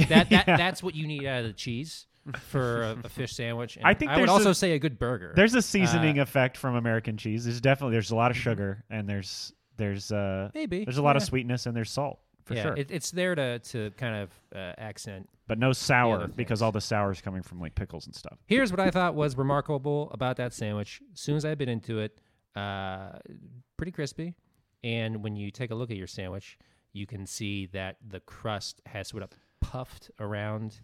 B: That,
C: *laughs*
B: that that's what you need out of the cheese for a, a fish sandwich. And
C: I think
B: I would
C: there's
B: also
C: a-
B: say a good burger.
C: there's a seasoning effect from American cheese. There's definitely there's a lot of
B: Mm-hmm.
C: sugar and there's there's uh
B: Maybe,
C: there's a lot of
B: yeah.
C: sweetness and there's salt for
B: yeah,
C: sure,
B: it, it's there to to kind of uh, accent.
C: but no sour
B: things.
C: because all the sour is coming from like pickles and stuff.
B: Here's what I thought was remarkable about that sandwich. As soon as I bit into it, uh, pretty crispy. And when you take a look at your sandwich, you can see that the crust has sort of puffed around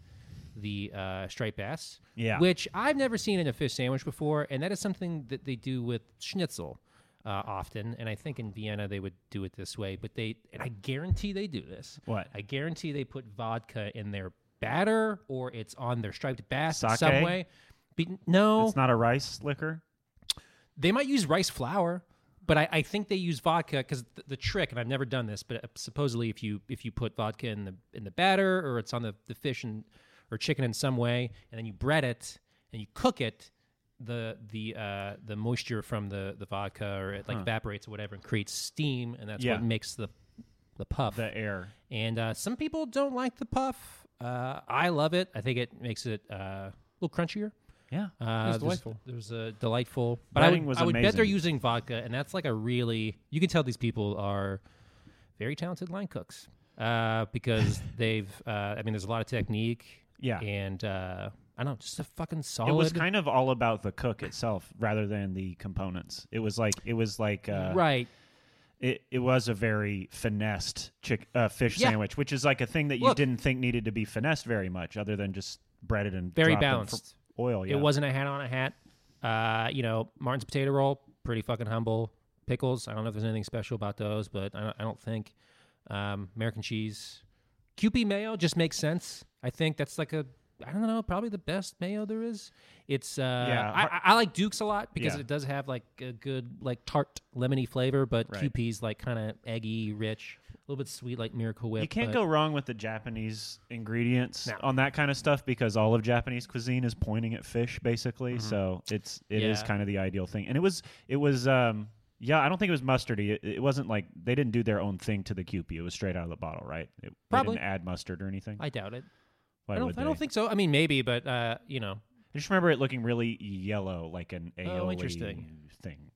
B: the uh, striped bass,
C: Yeah.
B: which I've never seen in a fish sandwich before, and that is something that they do with schnitzel uh, often. And I think in Vienna they would do it this way, but they and I guarantee they do this.
C: What?
B: I guarantee they put vodka in their batter or it's on their striped bass in
C: Sake?
B: some way. Be- no,
C: It's not a rice liquor.
B: they might use rice flour, but I, I think they use vodka because th- the trick, and I've never done this, but uh, supposedly if you if you put vodka in the in the batter or it's on the, the fish and or chicken in some way, and then you bread it and you cook it, the the uh, the moisture from the, the vodka or it like evaporates or whatever and creates steam, and that's
C: Yeah.
B: what makes the the puff.
C: The air.
B: and uh, some people don't like the puff. Uh, I love it. I think it makes it uh, a little crunchier.
C: Yeah.
B: Uh, there's-
D: delightful.
B: There's a delightful, but I
C: Breading
B: would,
C: was
B: I would bet they're
C: amazing.
B: using vodka, and that's like a really you can tell these people are very talented line cooks uh,
C: *laughs*
B: because they've. Uh, I mean, there's a lot of technique.
C: Yeah.
B: and uh, I don't know, just a fucking solid.
C: It was kind of all about the cook itself rather than the components. It was like it was like uh,
B: right.
C: It, it was a very finessed chick uh, fish
B: Yeah.
C: sandwich, which is like a thing that you
B: Look.
C: didn't think needed to be finessed very much, other than just breaded and
B: Very
C: dropped in fr-
B: balanced.
C: oil. Yeah.
B: It wasn't a hat on a hat. Uh, you know, Martin's potato roll, pretty fucking humble. Pickles, I don't know if there's anything special about those, but I don't, I don't think. Um, American cheese, QP mayo just makes sense. I think that's like a, I don't know, probably the best mayo there is. It's uh,
C: Yeah,
B: I, I, I like Duke's a lot because
C: Yeah.
B: it does have like a good like tart lemony flavor, but
C: Right.
B: QP's like kind of eggy, rich, a little bit sweet like Miracle Whip.
C: You can't
B: but-
C: go wrong with the Japanese ingredients
B: No.
C: on that kind of stuff because all of Japanese cuisine is pointing at fish basically. So it's it is
B: Yeah.
C: kind of the ideal thing. And it was it was um yeah, I don't think it was mustardy. It, it wasn't like they didn't do their own thing to the Kewpie. It was straight out of the bottle, right? It,
B: Probably.
C: they didn't add mustard or anything.
B: I doubt it.
C: Why
B: I don't.
C: would
B: I don't
C: they?
B: think so. I mean, maybe, but uh, you know,
C: I just remember it looking really yellow, like an aioli
B: Oh, interesting.
C: thing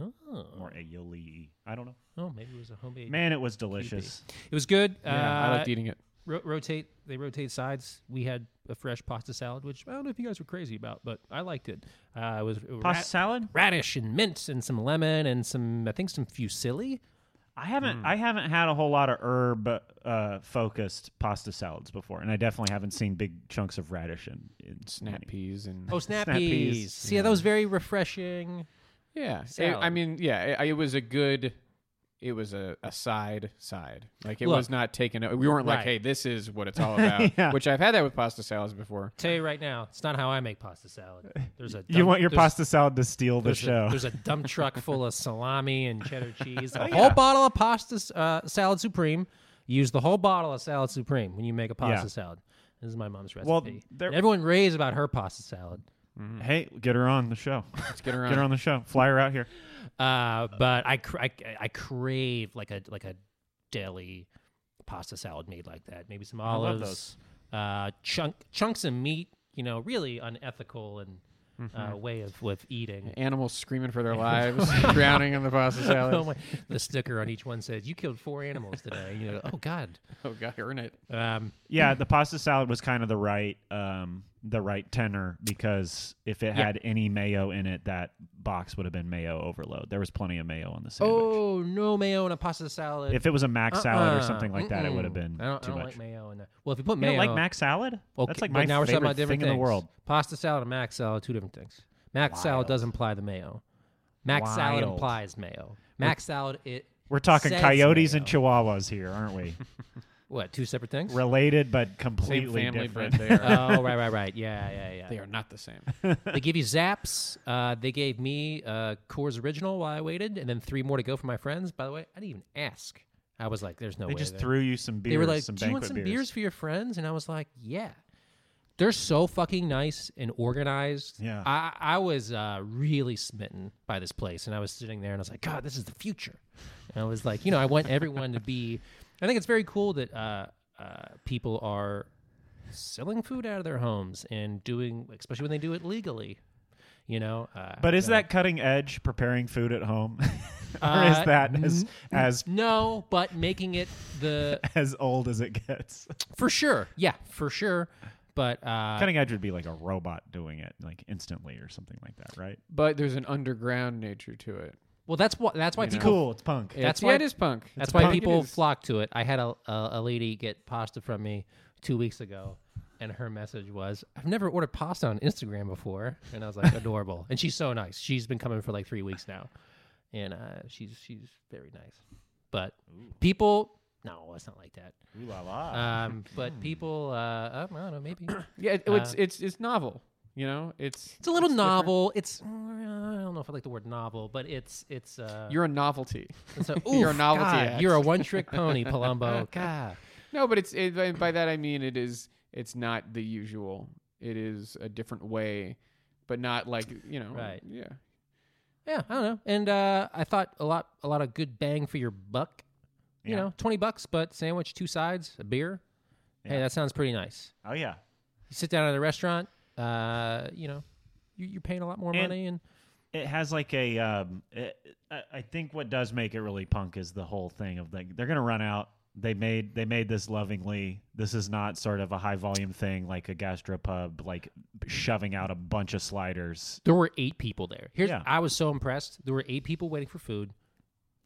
B: oh,
C: or aioli. I don't know.
B: Oh, maybe it was a homemade.
C: Man, it was delicious.
B: It was good.
D: Yeah, I
B: Uh,
D: liked eating it.
B: ro- rotate. They rotate sides. We had a fresh pasta salad, which I don't know if you guys were crazy about, but I liked it. Uh, it was it was
C: Pasta
B: rat-
C: salad?
B: radish and mint and some lemon and some I think some fusilli.
C: I
B: Hmm.
C: haven't I haven't had a whole lot of herb uh, focused pasta salads before, and I definitely haven't seen big chunks of radish in, in
D: Snap peas and
B: Oh, snap,
C: Snap peas.
B: peas. See, yeah. that was very refreshing.
D: yeah. It- I
B: salad.
D: mean, yeah, it, it was a good it was a, a side side. Like it
B: Look.
D: was not taken. We weren't like,
B: Right.
D: hey, this is what
B: *laughs*
D: it's all about.
C: Yeah.
D: Which I've had that with pasta salads before.
B: Tell you right now, it's not how I make pasta salad. There's a
C: *laughs* You
B: dump-
C: want your
B: there's-
C: pasta salad to steal the
B: there's
C: show. *laughs*
B: A, there's a dump truck full of salami and cheddar cheese, a whole bottle of pasta s- uh, salad supreme. Use the whole bottle of salad supreme when you make a pasta
C: Yeah.
B: salad. This is my mom's recipe.
C: Well, there-
B: and everyone raves about her pasta salad,
C: hey, get her on
B: *laughs*
C: the show. Let's
D: get her on.
C: Get her on the show. Fly her out here.
B: uh, but I, cr- I I crave like a like a deli pasta salad made like that. Maybe some
C: love
B: olives, uh, chunk chunks of meat. You know, really unethical and uh,
C: Mm-hmm.
B: way of with eating.
D: Animals
B: *laughs*
D: screaming for their lives, *laughs* drowning in the pasta salad.
B: Oh my, the sticker on each one says, "You killed four animals today." You know, oh god.
D: oh God, earn it.
B: Um,
C: Yeah, the pasta salad was kind of the right um, the right tenor because if it had any mayo in it, that box would have been mayo overload. There was plenty of mayo on the sandwich.
B: oh no, mayo in a pasta salad.
C: If it was a mac salad or
B: Uh-uh.
C: something like that, it would have
B: Mm-mm.
C: been
B: I don't,
C: too
B: I don't
C: much.
B: like mayo in that. Well, if you put
C: you
B: mayo,
C: don't like mac salad? That's like
B: but
C: my
B: now we're talking
C: favorite
B: about different
C: thing in the
B: things.
C: world.
B: Pasta salad and mac salad, two different things. Mac salad does imply the mayo. Mac salad
C: Wild.
B: implies mayo. Mac salad, it.
C: We're talking
B: says
C: coyotes
B: mayo.
C: and chihuahuas here, aren't we?
B: What? Two separate things?
C: Related but
D: Same
C: completely
D: family,
C: different.
D: but they
B: *laughs*
D: are,
B: oh right, right, right. Yeah, yeah, yeah.
D: *laughs* they are not the same.
C: *laughs*
B: they give you zaps. Uh, they gave me uh, Coors Original while I waited, and then three more to go for my friends. By the way, I didn't even ask. I was like, "There's no
C: They
B: way."
C: just
B: they're-
C: threw you some beers,
B: They were like,
C: some
B: "Do you want
C: banquet
B: some
C: beers.
B: beers. for your friends?" And I was like, "Yeah." They're so fucking nice and organized.
C: Yeah.
B: I I was uh, really smitten by this place, and I was sitting there, and I was like, "God, this is the future." And I was like, you know, I want everyone to be. *laughs* I think it's very cool that uh, uh, people are selling food out of their homes and doing, especially when they do it legally. You know, uh,
C: But is that cutting edge preparing food at home? *laughs* or
B: Uh,
C: is that as as
B: no, but making it
C: *laughs*
B: the
C: as old as it gets?
B: for sure, yeah, for sure. But uh,
C: cutting edge would be like a robot doing it like instantly or something like that, right?
D: But there's an underground nature to it.
B: well, that's why that's why
C: It's
B: people
C: cool, it's punk.
B: That's
D: It's-
B: why-
D: yeah, it is punk.
B: That's
D: It's
B: why
D: punk.
B: people
D: It is.
B: flock to it. I had a, a a lady get pasta from me two weeks ago, and her message was, "I've never ordered pasta on Instagram before," and I was like, "Adorable!" And she's so nice. She's been coming for like three weeks now, and uh, she's she's very nice. But people, no, it's not like
D: *laughs*
B: that.
C: Ooh la la.
B: Um,
D: Hmm.
B: but people, uh, uh, I don't know,
D: *coughs*
B: maybe
D: Yeah, it, it's it's it's novel. You know, it's
B: uh, it's a little
D: different.
B: novel. It's uh, I don't know if I like the word novel, but it's it's uh,
D: You're a novelty.
B: it's a,
D: *laughs* you're a
B: oof,
D: novelty
B: God,
D: act. *laughs*
B: you're a one trick pony, Palumbo. God.
D: No, but it's it, by- by that I mean it is it's not the usual. It is a different way, but not like you know.
B: Right.
D: Yeah.
B: Yeah, I don't know. And uh, I thought a lot, a lot of good bang for your buck. You
C: Yeah.
B: know, twenty bucks, but sandwich, two sides, a beer. Hey,
C: Yeah.
B: that sounds pretty nice.
C: oh yeah.
B: You sit down at a restaurant. Uh, you know, you, you're paying a lot more
C: And-
B: money, and
C: It has like a um it, I I think what does make it really punk is the whole thing of like they're going to run out. They made they made this lovingly. This is not sort of a high volume thing like a gastropub like shoving out a bunch of sliders.
B: there were eight people there. Here's,
C: Yeah.
B: I was so impressed. There were eight people waiting for food.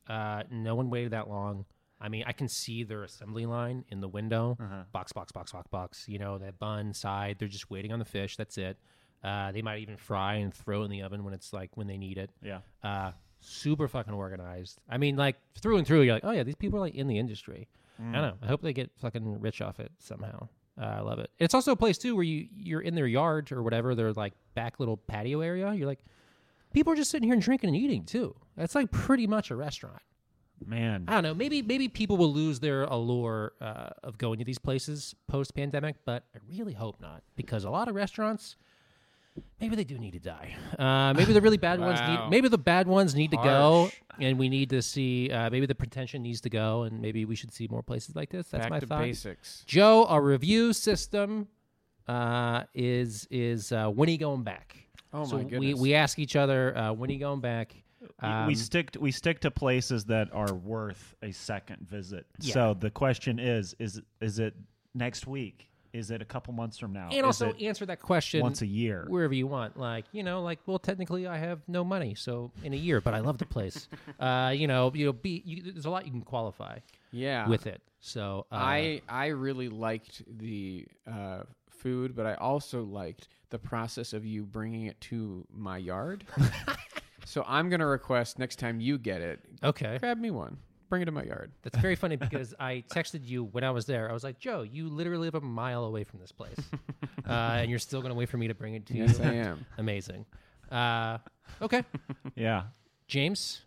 B: Uh, no one waited that long. I mean, I can see their assembly line in the window. Box, box, box, box, box. You know, that bun side. They're just waiting on the fish. That's it. Uh, they might even fry and throw it in the oven when it's like when they need it.
C: Yeah.
B: uh, super fucking organized. I mean, like through and through, you're like, oh yeah, these people are like in the industry. I don't know. I hope they get fucking rich off it somehow. Uh, I love it. It's also a place too where you you're in their yard or whatever. Their like back little patio area. You're like, people are just sitting here and drinking and eating too. That's like pretty much a restaurant.
C: Man.
B: I don't know. Maybe maybe people will lose their allure uh, of going to these places post pandemic, but I really hope not because a lot of restaurants. Maybe they do need to die. Uh, maybe the really
D: *laughs*
B: bad ones
D: Wow.
B: need. Maybe the bad ones need to go,
D: Harsh.
B: and we need to see. Uh, maybe the pretension needs to go, and maybe we should see more places like this. That's
D: Back
B: my
D: to
B: thought.
D: basics.
B: Joe, a review system uh, is is uh, when are you going back?
D: Oh,
B: so
D: my
B: We
D: goodness.
B: we ask each other uh, when are you going back.
C: We- we stick to, we stick to places that are worth a second visit.
B: Yeah.
C: So the question is is is it next week? Is it a couple months from now?
B: and
C: Is
B: also
C: it
B: answer that question
C: once a year?
B: wherever you want. Like you know, like well, technically I have no money, so in a year, but I love the place. uh, you know, you know, be you, there's a lot you can qualify
D: Yeah.
B: with it. So uh,
D: I I really liked the uh, food, but I also liked the process of you bringing it to my *laughs* yard. so I'm gonna request next time you get it,
B: okay,
D: grab me one. bring it in my yard.
B: That's very funny because I texted you when I was there. I was like, Joe, you literally live a mile away from this place, uh, and you're still going to wait for me to bring it to
D: Yes,
B: you.
D: I am.
B: Amazing. Uh, okay,
C: Yeah.
B: James.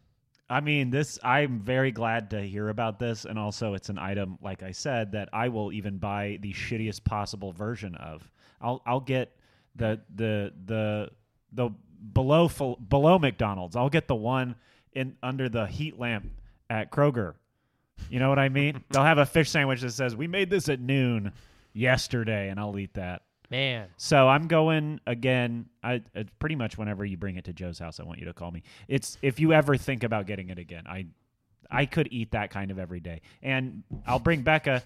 C: I mean, this, I'm very glad to hear about this. And also, it's an item, like I said, that I will even buy the shittiest possible version of. I'll, I'll get the, the, the, the below, fil- below McDonald's. I'll get the one in under the heat lamp at Kroger. You know what I mean? They'll have a fish sandwich that says, we made this at noon yesterday, and I'll eat that.
B: Man,
C: So I'm going again. I it's pretty much whenever you bring it to Joe's house, I want you to call me. It's if you ever think about getting it again, I I could eat that kind of every day, and I'll bring Becca.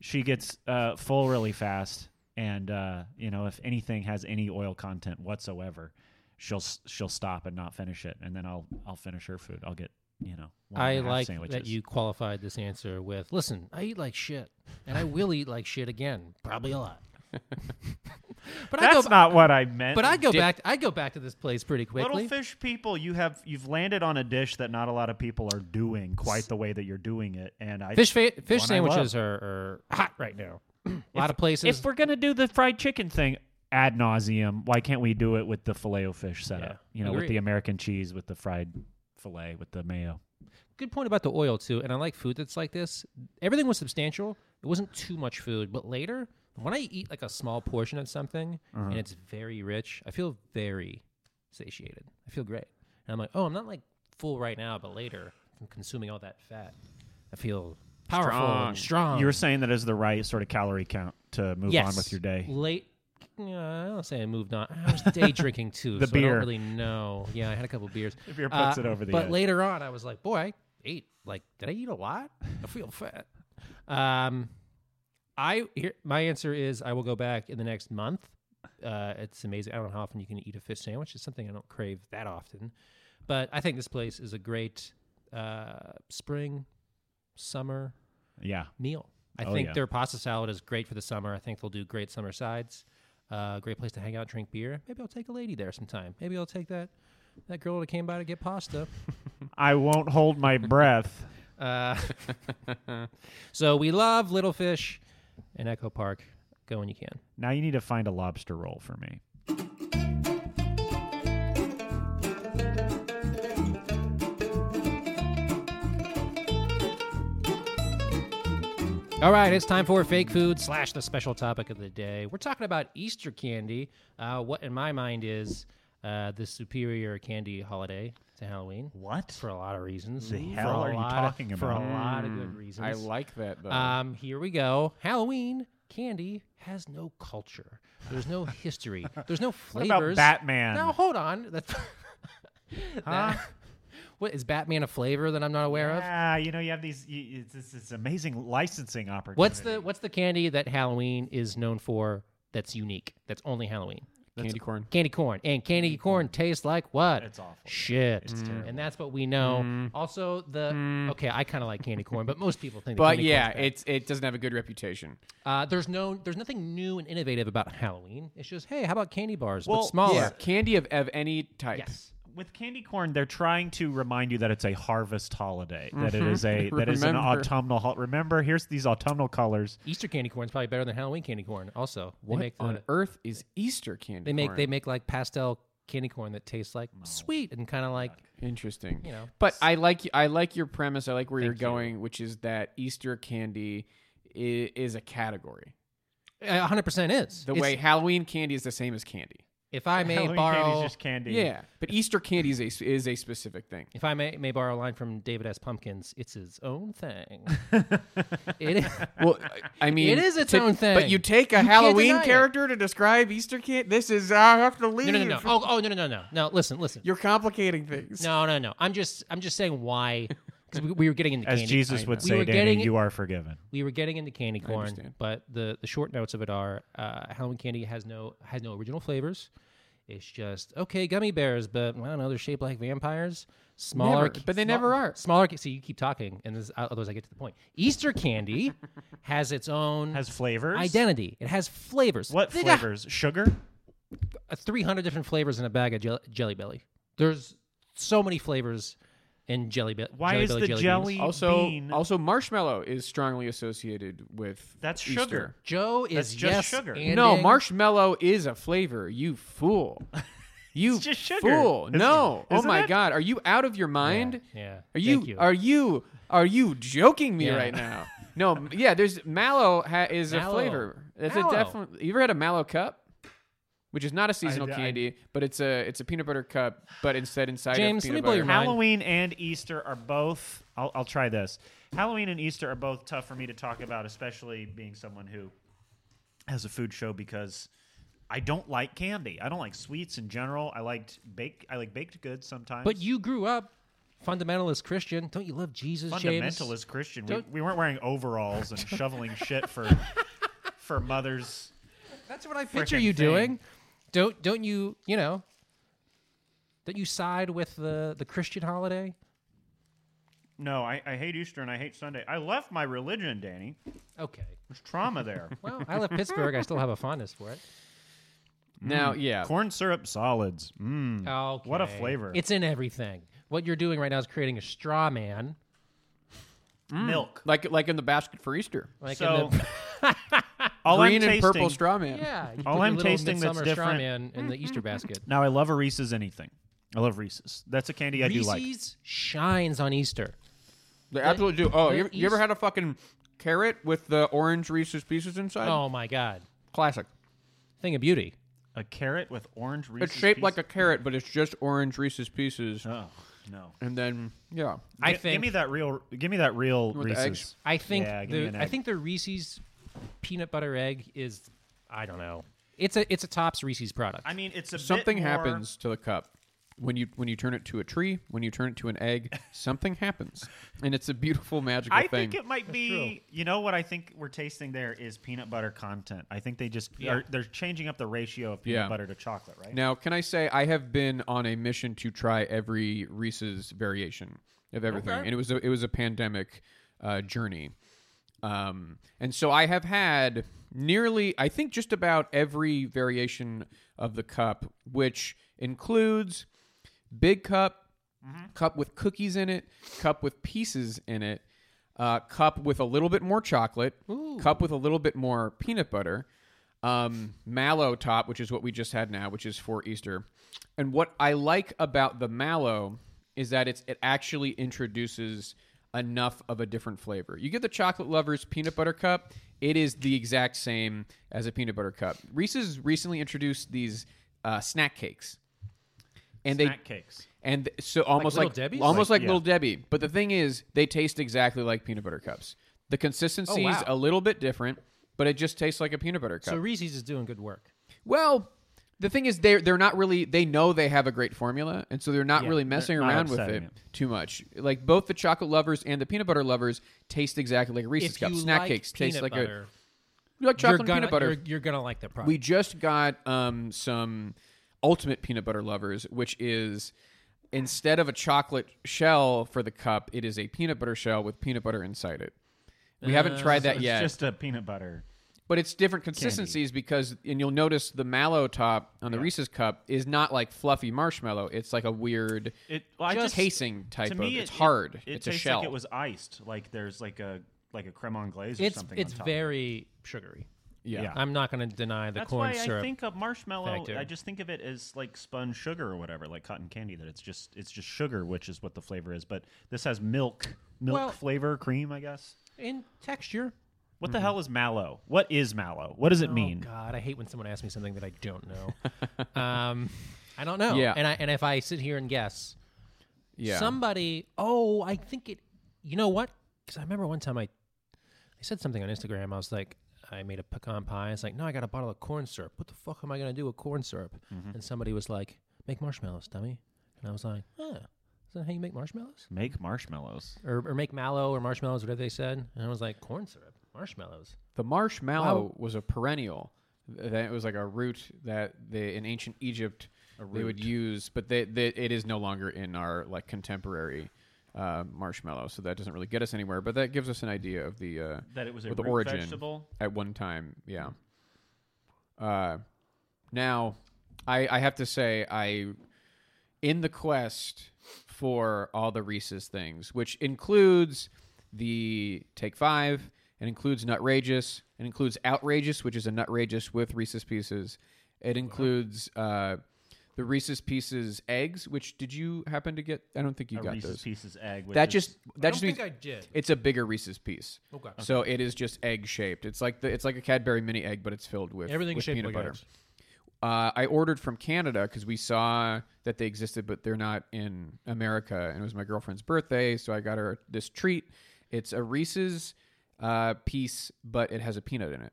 C: She gets uh, full really fast, and uh, you know if anything has any oil content whatsoever, she'll s- she'll stop and not finish it, and then I'll I'll finish her food. I'll get you know. One
B: I
C: and a half
B: like
C: sandwiches.
B: that you qualified this answer with, "Listen, I eat like shit, and I will eat like shit again, probably a lot." *laughs* but I
C: That's
B: go,
C: not what I meant.
B: but I go back. I go back to this place pretty quickly.
C: Little fish people, you have you've landed on a dish that not a lot of people are doing quite the way that you're doing it, and I
B: Fish fa- fish
C: I
B: sandwiches are, are hot right now. *clears throat* a lot of places.
C: If we're gonna do the fried chicken thing ad nauseum, why can't we do it with the filet o fish setup?
B: Yeah,
C: you know, with
B: agreed.
C: the American cheese, with the fried filet, with the mayo.
B: good point about the oil too, and I like food that's like this. Everything was substantial. It wasn't too much food, but later when I eat like a small portion of something and it's very rich, I feel very satiated. I feel great, and I'm like, oh, I'm not like full right now, but later from consuming all that fat, I feel powerful and strong.
C: you were saying that is the right sort of calorie count to move
B: yes.
C: on with your day.
B: late. Yeah, I don't say I moved on. I was
C: *laughs*
B: day drinking too,
C: The
B: so I
C: beer.
B: don't really know. Yeah, I had a couple
C: *laughs*
B: beers. Uh,
C: The beer puts it over the
B: But
C: edge.
B: later on, I was like, boy, I ate. Like, did I eat a lot? I feel fat. Um, I here, my answer is I will go back in the next month. Uh, it's amazing. I don't know how often you can eat a fish sandwich. It's something I don't crave that often, but I think this place is a great uh, spring, summer,
C: Yeah,
B: meal. I
C: Oh,
B: think
C: yeah.
B: their pasta salad is great for the summer. I think they'll do great summer sides. Uh, great place to hang out, drink beer. Maybe I'll take a lady there sometime. Maybe I'll take that that girl that came by to get
C: *laughs*
B: pasta.
C: I won't
B: *laughs*
C: hold my breath.
B: uh, *laughs* so we love Little Fish and Echo Park. Go when you can.
C: Now you need to find a lobster roll for me.
B: All right, it's time for fake food slash the special topic of the day. We're talking about Easter candy. Uh, what in my mind is uh, the superior candy holiday to Halloween.
C: What?
B: For a lot of reasons.
C: The
B: For a
C: hell are you
B: lot of-
C: talking
B: For a
C: about?
B: lot of good reasons.
D: I like that though.
B: Um, here we go. Halloween candy has no culture. There's
C: *laughs*
B: no history. There's no
C: What
B: flavors.
C: about Batman?
B: Now hold on. That's *laughs* that, *laughs* what is Batman a flavor that I'm not aware of?
C: Ah, you know you have these. You, it's, it's, it's amazing licensing opportunity.
B: What's the what's the candy that Halloween is known for that's unique? That's only Halloween.
D: candy corn.
B: Candy corn. And candy corn tastes like what?
C: Mm-hmm. It's awful.
B: Shit.
D: Mm.
B: And that's what we know. Also the okay, I kinda like candy corn, but most people think that
D: But
B: candy corn's
D: yeah,
B: bad.
D: it's it doesn't have a good reputation.
B: Uh, there's no, there's nothing new and innovative about Halloween. It's just, hey, how about candy bars
C: Well,
B: but smaller?
D: Yeah, candy of, of any type.
B: Yes.
C: with candy corn, they're trying to remind you that it's a harvest holiday. That
B: Mm-hmm.
C: it
B: *laughs*
C: is a that is an
D: Remember.
C: autumnal. Ho- remember, here's these autumnal colors.
B: Easter candy corn is probably better than Halloween candy corn. Also,
D: What
B: they make the-
D: on earth is Easter candy?
B: they make they
D: corn?
B: make like pastel candy corn that tastes like sweet and kind of like
D: Interesting.
B: You know.
D: but I like I like your premise. I like where you're going, which is that Easter candy i- is a category.
B: Uh, 100% is
D: The
B: It's-
D: way Halloween candy is the same as candy.
B: If
D: *laughs*
B: I may
C: Halloween
B: borrow,
C: candy's just candy.
D: Yeah, but Easter candy is a is a specific
B: *laughs*
D: thing.
B: if I may, may borrow a line from David S. Pumpkins, it's his own
D: *laughs*
B: thing. it is.
D: Well, I I mean,
B: It is its
D: to-
B: own thing.
D: But you take
B: You
D: a
B: can't
D: Halloween
B: deny it.
D: character to describe Easter candy. This is I have to leave.
B: No, no, no, no. Oh, oh, no, no, no, no. No, listen, listen.
D: You're complicating things.
B: no, no, no. I'm just, I'm just saying why. Because we, we were getting into
C: As
B: candy.
C: Jesus would
B: We
C: say,
B: were
C: Danny,
B: getting-
C: you are forgiven.
B: we were getting into candy corn,
D: understand.
B: but the the short notes of it are uh, Halloween candy has no has no original flavors. It's just okay, gummy bears, but I don't know. They're shaped like vampires, smaller,
D: Never, but they never are.
B: Smaller. See, you keep talking, and this, uh, otherwise I get to the point. Easter
C: *laughs*
B: candy has its own
C: Has flavors.
B: identity. It has flavors.
C: What
B: They got
C: flavors? Sugar.
B: three hundred different flavors in a bag of jel- Jelly Belly. There's so many flavors and jelly be-
C: Why
B: jelly
C: is
B: belly
C: the
B: jelly
C: jelly
B: beans.
D: Also,
C: bean?
D: also marshmallow is strongly associated with
C: That's
D: Easter.
C: sugar.
B: Joe is
C: That's just
B: yes
C: sugar.
B: and
D: No,
B: ing.
D: marshmallow is a flavor.
B: *laughs*
D: You fool. You
C: just sugar,
D: fool.
C: isn't
D: no.
C: it?
D: Oh
C: Isn't
D: my
C: it?
D: god, are you out of your mind?
B: yeah.
D: Are you,
B: Thank you.
D: are you are you joking me
B: Yeah. *laughs*
D: right now? No, m- yeah, there's mallow ha- is
B: Mallow.
D: a flavor. That's
B: Mallow.
D: a definitely. You ever had a mallow cup? Which is not a seasonal
C: I- I-
D: candy, but it's a it's a peanut butter cup, but instead inside
B: James,
D: of
B: let
D: peanut
B: me blow
D: butter.
B: your mind.
C: Halloween and Easter are both. I'll, I'll try this. Halloween and Easter are both tough for me to talk about, especially being someone who has a food show because I don't like candy. I don't like sweets in general. I liked bake. I like baked goods sometimes.
B: But you grew up fundamentalist Christian. Don't you love Jesus, James?
C: fundamentalist Christian. We,
B: Don't-
C: we weren't wearing
B: *laughs*
C: overalls and shoveling shit for for mothers.
B: That's what I picture
C: frickin'
B: you
C: thing.
B: doing. Don't don't you you know? Don't you side with the the Christian holiday?
C: No, I, I hate Easter and I hate Sunday. I left my religion, Danny.
B: Okay.
C: There's
B: *laughs*
C: trauma there.
B: Well, I left Pittsburgh. I still have a fondness for it.
D: Now,
B: Mm.
D: yeah,
C: Corn syrup solids.
D: Hmm.
C: Mm.
B: Okay.
C: What a flavor.
B: It's in everything. What you're doing right now is creating a straw man. Mm.
C: Milk.
D: like like in the basket for Easter,
B: Like
C: so
B: in the,
C: all
D: green
C: I'm
D: and purple
C: tasting-
D: straw
B: *laughs*
D: man.
B: yeah. you
C: all
B: put your
C: I'm
B: little
C: tasting that's
B: midsummer straw
C: different-
B: man in
D: Mm-hmm.
B: the Easter basket.
C: Now I love a Reese's anything. I love Reese's. That's a candy I do like.
B: Reese's shines on Easter.
D: They absolutely do. Oh,
B: the
D: you ever, you ever
B: East-
D: had a fucking carrot with the orange Reese's Pieces inside?
B: Oh my God,
D: classic.
B: thing of beauty.
C: A carrot with orange Reese's.
D: It's shaped like a
C: Pieces?
D: carrot, but it's just orange Reese's Pieces.
C: Oh no.
D: And then, yeah,
B: I
C: Gi-
B: think
C: Give me that real. Give me that real
D: the
C: Reese's.
D: eggs?
B: I think
C: Yeah, give me
B: the
C: an
B: I
C: egg.
B: think the Reese's peanut butter egg is I don't know. It's a it's a tops Reese's product.
C: I mean, it's a bit
D: something
C: more-
D: happens to the cup when you when you turn it to a tree, when you turn it to an egg. something happens, and it's a beautiful magical
C: I
D: thing.
C: think it might be. You know what I think we're tasting there is peanut butter content. I think they just are, they're changing up the ratio of peanut
D: Yeah.
C: butter to chocolate, right?
D: now, can I say I have been on a mission to try every Reese's variation of everything, and it was a, it was a pandemic uh, journey. Um, and so I have had nearly, I think, just about every variation of the cup, which includes big cup, cup with cookies in it, cup with pieces in it, uh, cup with a little bit more chocolate, cup with a little bit more peanut butter, um, mallow top, which is what we just had now, which is for Easter. And what I like about the mallow is that it's it actually introduces enough of a different flavor. You get the chocolate lovers peanut butter cup, it is the exact same as a peanut butter cup. Reese's recently introduced these uh, snack cakes. And they
C: Snack cakes.
D: and th- so almost
B: Little
D: like,
B: Debbie's?
D: almost
C: Like,
D: like,
C: yeah.
D: little Debbie. But the thing is, they taste exactly like peanut butter cups. The consistency is
B: Oh, wow.
D: a little bit different, but it just tastes like a peanut butter cup.
B: so Reese's is doing good work.
D: well, the thing is, they're they're not really. They know they have a great formula, and so they're not really messing
C: not
D: around with it,
C: upsetting it.
D: too much. Like both the chocolate lovers and the peanut butter lovers taste exactly like Reese's
B: if
D: cups.
B: you
D: Snack
B: like
D: cakes
B: peanut
D: taste like
B: butter,
D: a you like
B: you're
D: chocolate
B: gonna,
D: peanut butter.
B: You're, you're gonna like the product.
D: We just got um, some ultimate peanut butter lovers, which is instead of a chocolate shell for the cup, it is a peanut butter shell with peanut butter inside it. We haven't tried
C: Uh,
D: that
C: It's
D: yet,
C: just a peanut butter.
D: but it's different consistencies because, and you'll notice the mallow top on the Reese's cup is not like fluffy marshmallow. It's like a weird
C: It well, I just,
D: casing type
C: to
D: of.
C: me,
D: it's
C: it-
D: hard.
C: It, it
D: it's a
C: tastes
D: shell.
C: like it was iced. Like there's like a like a creme anglaise or
B: it's
C: something.
B: it's
C: on top.
B: very sugary.
D: yeah.
C: yeah.
B: I'm not gonna deny the
C: That's
B: corn
C: why
B: syrup.
C: I think of marshmallow.
B: factor.
C: I just think of it as like spun sugar or whatever, like cotton candy. That it's just it's just sugar, which is what the flavor is. But this has milk, milk
B: Well-
C: flavor, cream, I guess.
B: In texture.
C: What the hell is mallow? What is mallow? What does it mean?
B: Mm-hmm. Oh God, I hate when someone asks me something that I don't
D: *laughs*
B: know. um, I don't know.
D: Yeah.
B: And I and if I sit here and guess,
D: yeah.
B: somebody oh i think it you know what because i remember one time i i said something on instagram i was like i made a pecan pie it's like no i got a bottle of corn syrup what the fuck am i going to do with corn syrup
D: Mm-hmm.
B: and somebody was like make marshmallows dummy and i was like huh is that how you make marshmallows
C: Make marshmallows.
B: or, or make mallow or marshmallows whatever they said and i was like corn syrup marshmallows
D: The marshmallow was a perennial. That it was like a root that they in ancient Egypt they would use, but they, they, it is no longer in our like contemporary uh, marshmallow. So that doesn't really get us anywhere. But that gives us an idea of the uh,
C: That it was a
D: of the
C: root
D: origin
C: vegetable? Hmm.
D: at one time. Yeah. Uh, now, I I have to say I in the quest for all the Reese's things, which includes the Take Five, and includes Nutrageous, and includes Outrageous, which is a Nutrageous with Reese's Pieces.
B: Uh-huh.
D: It includes uh, the Reese's Pieces eggs, which did you happen to get? I don't think you
C: a
D: got
C: Reese's
D: those.
C: Pieces egg. Which
D: that
C: is-
D: just that
B: I
D: just
B: don't
D: means
B: think I did.
D: it's a bigger Reese's piece. Okay. So it is just egg shaped. It's like the it's like a Cadbury mini egg, but it's filled with
B: Everything
D: with
B: shaped
D: peanut
B: like
D: butter.
B: eggs.
D: Uh, I ordered from Canada because we saw that they existed, but they're not in America. And it was my girlfriend's birthday, so I got her this treat. It's a Reese's uh, piece, but it has a peanut in it.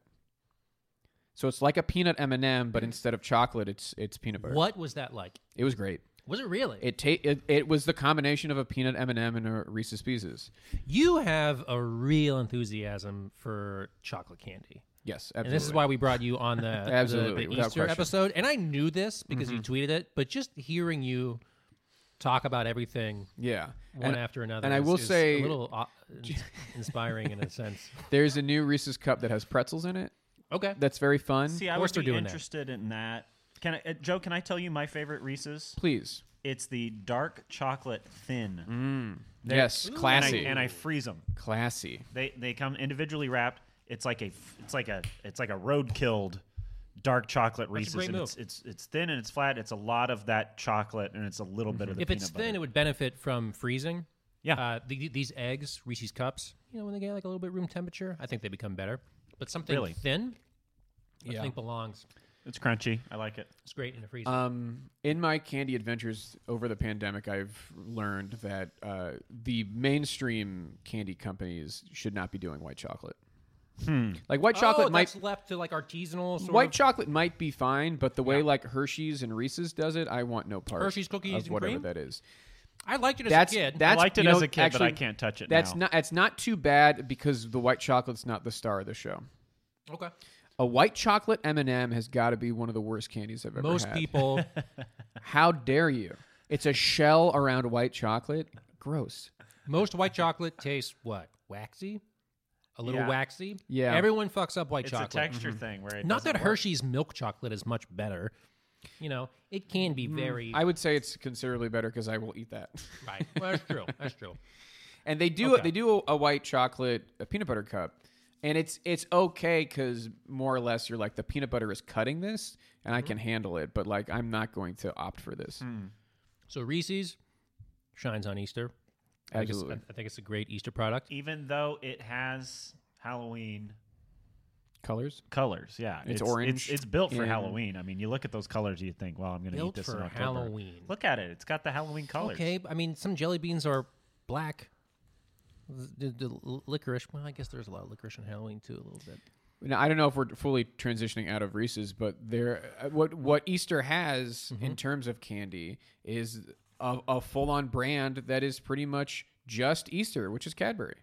D: So it's like a peanut M and m but instead of chocolate, it's it's peanut butter.
B: What was that like?
D: It was great.
B: Was it really?
D: It, ta- it it was the combination of a peanut M and m and a Reese's Pieces.
B: you have a real enthusiasm for chocolate candy.
D: Yes, absolutely.
B: And this is why we brought you
D: *laughs*
B: on the,
D: Absolutely,
B: the, the
D: without
B: Easter
D: question. Mm-hmm.
B: episode. And I knew this because you tweeted it, but just hearing you talk about everything
D: Yeah,
B: one
D: And-
B: after another
D: And I
B: is-
D: will
B: is
D: say,
B: a
D: *laughs*
B: little uh, ins- inspiring in a sense.
D: there's a new Reese's cup that has pretzels in it.
B: Okay.
D: That's very fun.
C: See, I
B: course
C: was
B: they're doing that.
C: interested in that. Can I, uh, Joe? Can I tell you my favorite Reese's?
D: Please,
C: It's the dark chocolate thin.
D: Mm. yes,
C: And I,
D: classy,
C: and I freeze them.
D: classy.
C: They they come individually wrapped. It's like a f- it's like a it's like a road killed dark chocolate Reese's.
B: great
C: and
B: move.
C: It's, it's it's thin and it's flat. It's a lot of that chocolate and it's a little bit of the
B: Mm-hmm. if
C: peanut
B: it's thin,
C: butter.
B: it would benefit from freezing.
C: Yeah.
B: Uh, the, these eggs, Reese's cups, you know, when they get like a little bit room temperature, I think they become better. But something
C: Really?
B: thin, I think belongs.
C: it's crunchy. I like it.
B: It's great in the freezer.
D: Um, in my candy adventures over the pandemic, I've learned that uh, the mainstream candy companies should not be doing white chocolate. Like white chocolate
B: oh,
D: might
B: that's left to like artisanal sort
D: white
B: of
D: chocolate might be fine, but the way like Hershey's and Reese's does it, I want no part.
B: Hershey's cookies
D: of
B: and
D: whatever
B: cream?
D: that is.
B: I liked it as
D: That's
B: a kid.
D: that's
C: liked it
D: you know,
C: as a kid, but I
D: actually,
C: can't touch it
D: That's
C: now.
D: not it's not too bad because the white chocolate's not the star of the show.
B: okay.
D: A white chocolate M&M has got to be one of the worst candies I've ever
B: Most
D: had.
B: people
D: How dare you? It's a shell around white chocolate. Gross.
B: Most white chocolate tastes what? Waxy? A little
C: Yeah.
B: waxy?
D: Yeah.
B: Everyone fucks up white
C: It's
B: chocolate.
C: a texture
D: Mm-hmm.
C: thing where it
B: Not that
C: doesn't work.
B: Hershey's milk chocolate is much better. You know, it can be very.
D: Mm, I would say it's considerably better because I will eat that.
B: *laughs* right. Well, that's true. That's true.
D: *laughs* And they do they do a, a white chocolate a peanut butter cup, and it's it's okay because more or less you're like the peanut butter is cutting this, and
B: Mm-hmm.
D: I can handle it. But like I'm not going to opt for this.
B: Hmm. So Reese's shines on Easter. I think, it's,
D: Absolutely.
B: I think it's a great Easter product.
C: Even though it has Halloween
D: Colors.
C: colors, yeah,
D: It's orange
C: It's, built for
D: and-
C: Halloween. I mean, you look at those colors, you think, "Well, I'm going to eat
B: Built
C: this
B: for
C: in October."
B: Halloween.
C: Look at it; it's got the Halloween colors.
B: Okay. I mean, some jelly beans are black. The, the l- licorice. Well, I guess there's a lot of licorice on Halloween too, a little bit.
D: Now, I don't know if we're fully transitioning out of Reese's, but there, uh, what what Easter has in terms of candy is a, a full on brand that is pretty much just Easter, which is Cadbury.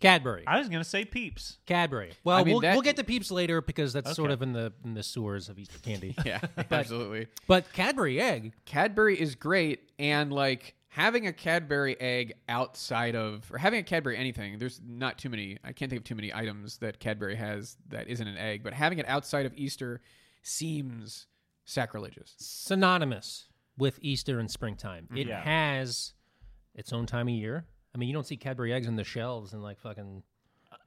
B: Cadbury.
C: I was going to say Peeps.
B: Cadbury. Well,
D: I mean,
B: we'll,
D: that-
B: we'll get to peeps later because that's sort of in the in the sewers of Easter
C: *laughs*
B: candy.
D: *laughs* Yeah, absolutely.
B: But Cadbury egg.
D: Cadbury is great, and like having a Cadbury egg outside of, or having a Cadbury anything, there's not too many, I can't think of too many items that Cadbury has that isn't an egg, but having it outside of Easter seems sacrilegious.
B: synonymous with Easter and springtime. It
C: Yeah.
B: has its own time of year. I mean, you don't see Cadbury eggs on the shelves and like fucking.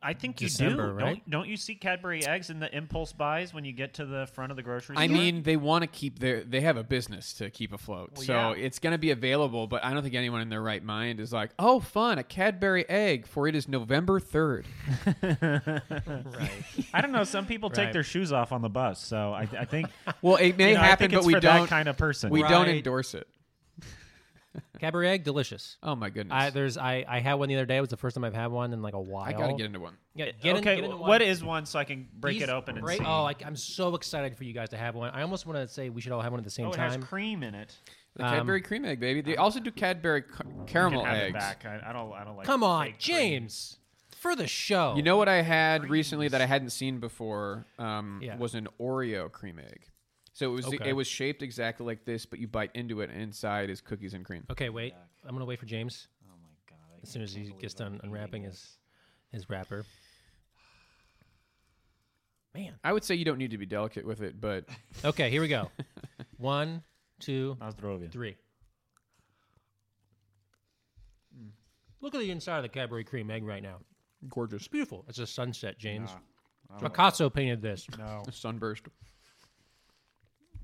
C: I think
B: December,
C: you do.
B: right?
C: Don't, don't you see Cadbury eggs in the impulse buys when you get to the front of the grocery
D: I
C: store?
D: mean, they want to keep their. They have a business to keep afloat, so
C: yeah.
D: it's going to be available. But I don't think anyone in their right mind is like, "Oh, fun, a Cadbury egg for it is November 3rd.
C: I don't know. Some people
B: Right.
C: take their shoes off on the bus, so I, I think
D: Well, it may
C: You know, I
D: happen,
C: think it's
D: but we
C: for that
D: don't.
C: kind of person.
D: we don't
B: Right.
D: endorse it.
B: *laughs* Cadbury egg, delicious.
D: Oh my goodness!
B: I
D: I,
B: there's I I had one the other day. It was the first time I've had one in like a while.
D: gotta get into one.
B: Yeah, get in-
C: okay,
B: get into one.
C: what is one so I can break
B: These-
C: it open and
B: break-
C: see?
B: Oh, I, I'm so excited for you guys to have one. I almost want to say we should all have one at the same
C: Oh, it has
B: time.
C: cream in it.
D: The Cadbury cream egg, baby. They also do Cadbury ca-
C: You
D: caramel
C: Um, can have it
D: eggs.
C: back. I, I don't. I don't like.
B: Come on,
C: fake cream.
B: James, for the show.
D: You know what I had recently that I hadn't seen before um,
B: Yeah.
D: was an Oreo cream egg. So it was
B: Okay.
D: it was shaped exactly like this, but you bite into it, and inside is cookies and cream.
B: Okay, wait. I'm gonna wait for James. Oh my god! As soon as he gets done unwrapping his his wrapper. Man.
D: I would say you don't need to be delicate with it, but
B: Okay, here we *laughs* go. One, two,
C: Nozdrovia.
B: three. Look at the inside of the Cadbury cream egg right now.
D: Gorgeous.
B: It's beautiful. It's a sunset, James. Picasso painted this.
C: No.
D: Sunburst.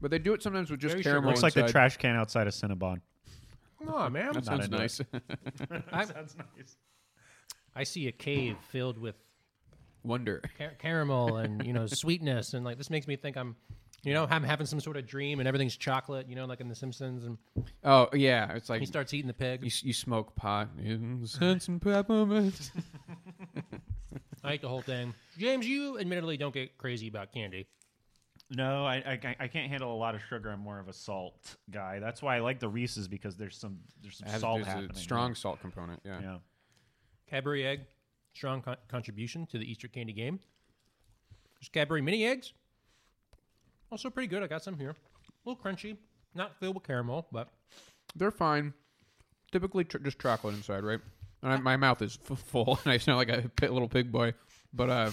D: But they do it sometimes with just
B: Very sure.
D: caramel.
C: Looks like the
D: inside.
C: trash can outside of Cinnabon.
B: No, man.
D: That sounds
C: into it.
D: nice.
C: That's nice.
B: I see a cave filled with
D: *laughs* Wonder.
B: car- caramel and you know *laughs* sweetness, and like this makes me think I'm, you know, I'm having some sort of dream, and everything's chocolate, you know, like in The Simpsons, and
D: Oh yeah, it's like
B: he starts eating the pig.
D: you, s- you smoke pot, incense and peppermint.
B: I ate the whole thing. James, you admittedly don't get crazy about candy.
C: No, I, I I can't handle a lot of sugar. I'm more of a salt guy. That's why I like the Reese's because there's some there's some
D: Has-
C: salt
D: there's a
C: happening.
D: strong salt component. Yeah.
C: Yeah.
B: Cadbury egg, strong con- contribution to the Easter candy game. There's Cadbury mini eggs, also pretty good. I got some here, a little crunchy, not filled with caramel, but
D: they're fine. Typically, tr- just chocolate inside, right? And I, my mouth is f- full, *laughs* and I sound like a pit, little pig boy. But uh,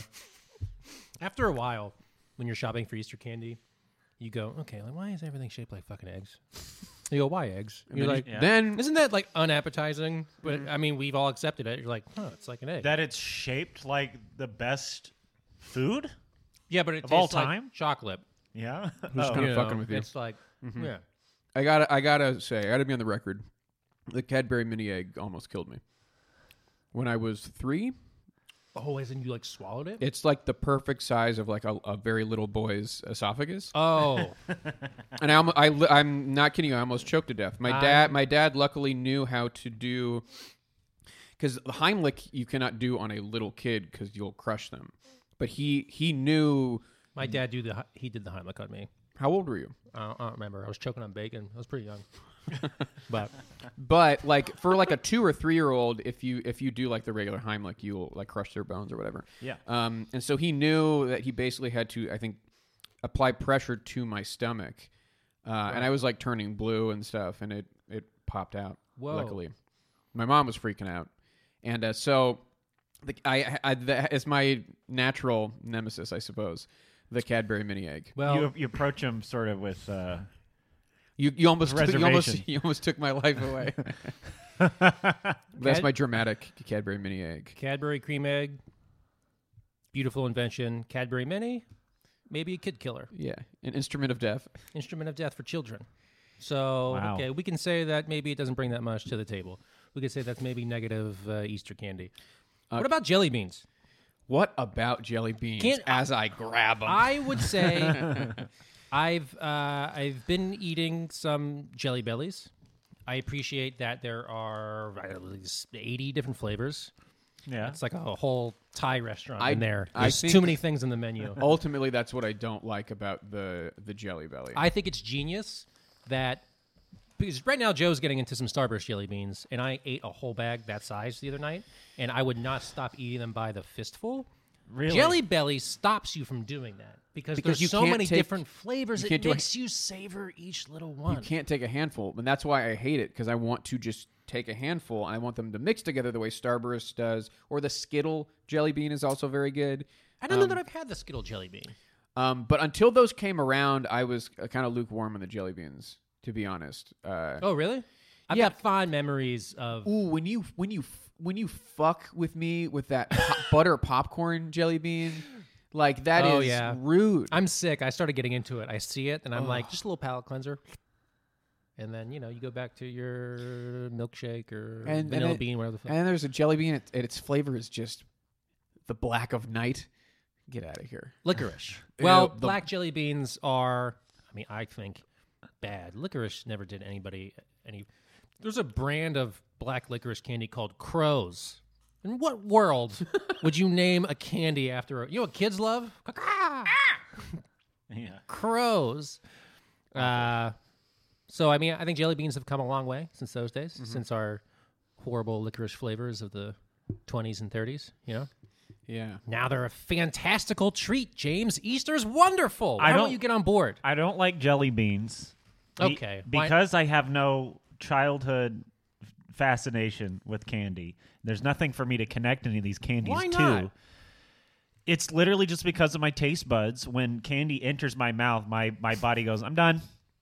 B: after a while, when you're shopping for Easter candy, you go, okay, like why is everything shaped like fucking eggs? You go, why eggs? You're like,
D: then
B: isn't that like unappetizing? But I mean, we've all accepted it. You're like, huh, it's like an egg.
C: That it's shaped like the best food.
B: yeah, but it
C: of
B: tastes
C: all
B: like
C: time?
B: chocolate.
C: Yeah. Oh.
D: just kind
B: You
D: of
B: know,
D: fucking with you.
B: It's like, yeah.
D: I gotta, I gotta say, I gotta be on the record. The Cadbury mini egg almost killed me. When I was three,
B: Oh, as in you like swallowed it?
D: it's like the perfect size of like a, a very little boy's esophagus,
B: *laughs* *laughs* Oh,
D: and I, almo- I, li- I'm not kidding you. I almost choked to death. My dad, my dad, luckily knew how to do. Because Heimlich, you cannot do on a little kid because you'll crush them. But he he knew
B: my dad do the he did the Heimlich on me.
D: How old were you?
B: I don't, I don't remember. I was choking on bacon. I was pretty
D: *laughs*
B: young, but
D: But like for like a two or three year old, if you if you do like the regular Heimlich, you'll like crush their bones or whatever.
C: Yeah.
D: Um, and so he knew that he basically had to, I think, apply pressure to my stomach, uh, and I was like turning blue and stuff, and it it popped out.
B: Whoa.
D: Luckily, my mom was freaking out, and uh, so the, I, I that is my natural nemesis, I suppose. The Cadbury mini egg.
B: well,
C: you you approach them sort of with uh,
D: You, you almost took, you almost
C: Reservation.
D: *laughs* you almost took my life away.
B: *laughs*
D: That's my dramatic Cadbury mini egg.
B: Cadbury cream egg, beautiful invention. Cadbury mini, maybe a kid killer,
D: Yeah, an instrument of death.
B: instrument of death for children. So
C: Wow.
B: okay, we can say that maybe it doesn't bring that much to the table. We could say that's maybe negative uh, Easter candy.
D: Uh,
B: what about jelly beans?
D: What about jelly beans?
B: Can't-
D: as I grab them,
B: I would say
D: *laughs*
B: I've uh, I've been eating some jelly bellies. I appreciate that there are uh, at least eighty different flavors.
C: yeah.
B: It's like a whole Thai restaurant
D: I-
B: in there.
D: I
B: There's too
D: think-
B: many things in the
D: *laughs*
B: menu.
D: ultimately that's what I don't like about the the jelly belly.
B: I think it's genius that because right now Joe's getting into some Starburst jelly beans, and I ate a whole bag that size the other night, and I would not stop eating them by the fistful.
C: Really?
B: Jelly Belly stops you from doing that because,
D: Because
B: there's
D: you
B: so
D: can't
B: many
D: take-
B: different flavors.
D: you
B: It
D: can't do a-
B: makes you savor each little one.
D: you can't take a handful, and that's why I hate it because I want to just take a handful and I want them to mix together the way Starburst does, or the Skittle jelly bean is also very good.
B: I don't know that I've had the Skittle jelly bean.
D: Um, but until those came around, I was uh, kind of lukewarm on the jelly beans, to be honest. Uh,
B: Oh, really? I've
D: Yeah.
B: got fond memories of.
D: Ooh, when you when you when you fuck with me with
B: *laughs*
D: that po- butter popcorn jelly bean, like that is
B: Oh, yeah.
D: rude.
B: I'm sick. I started getting into it. I see it, and I'm like, just a little palate cleanser. And then you know you go back to your milkshake or
D: and,
B: vanilla
D: and it-
B: bean, whatever the fuck.
D: And then there's a jelly bean, it- and its flavor is just the black of night. Get out of here.
B: licorice. well,
D: the-
B: black jelly beans are. I mean, I think bad. Licorice never did anybody any. There's a brand of black licorice candy called Crows. In what world would you name a candy after a? You know what kids love?
C: yeah.
B: crows. Uh, so I mean, I think jelly beans have come a long way since those days, since our horrible licorice flavors of the 20s and 30s. You know,
D: Yeah.
B: now they're a fantastical treat. James, Easter's wonderful. Why
C: I
B: don't,
C: don't-
B: you get on board?
C: I don't like jelly beans. Be-
B: Okay, why-
C: because I have no childhood fascination with candy. There's nothing for me to connect any of these candies
B: Why
C: to.
B: not?
C: It's literally just because of my taste buds. When candy enters my mouth, my my body goes, "I'm done.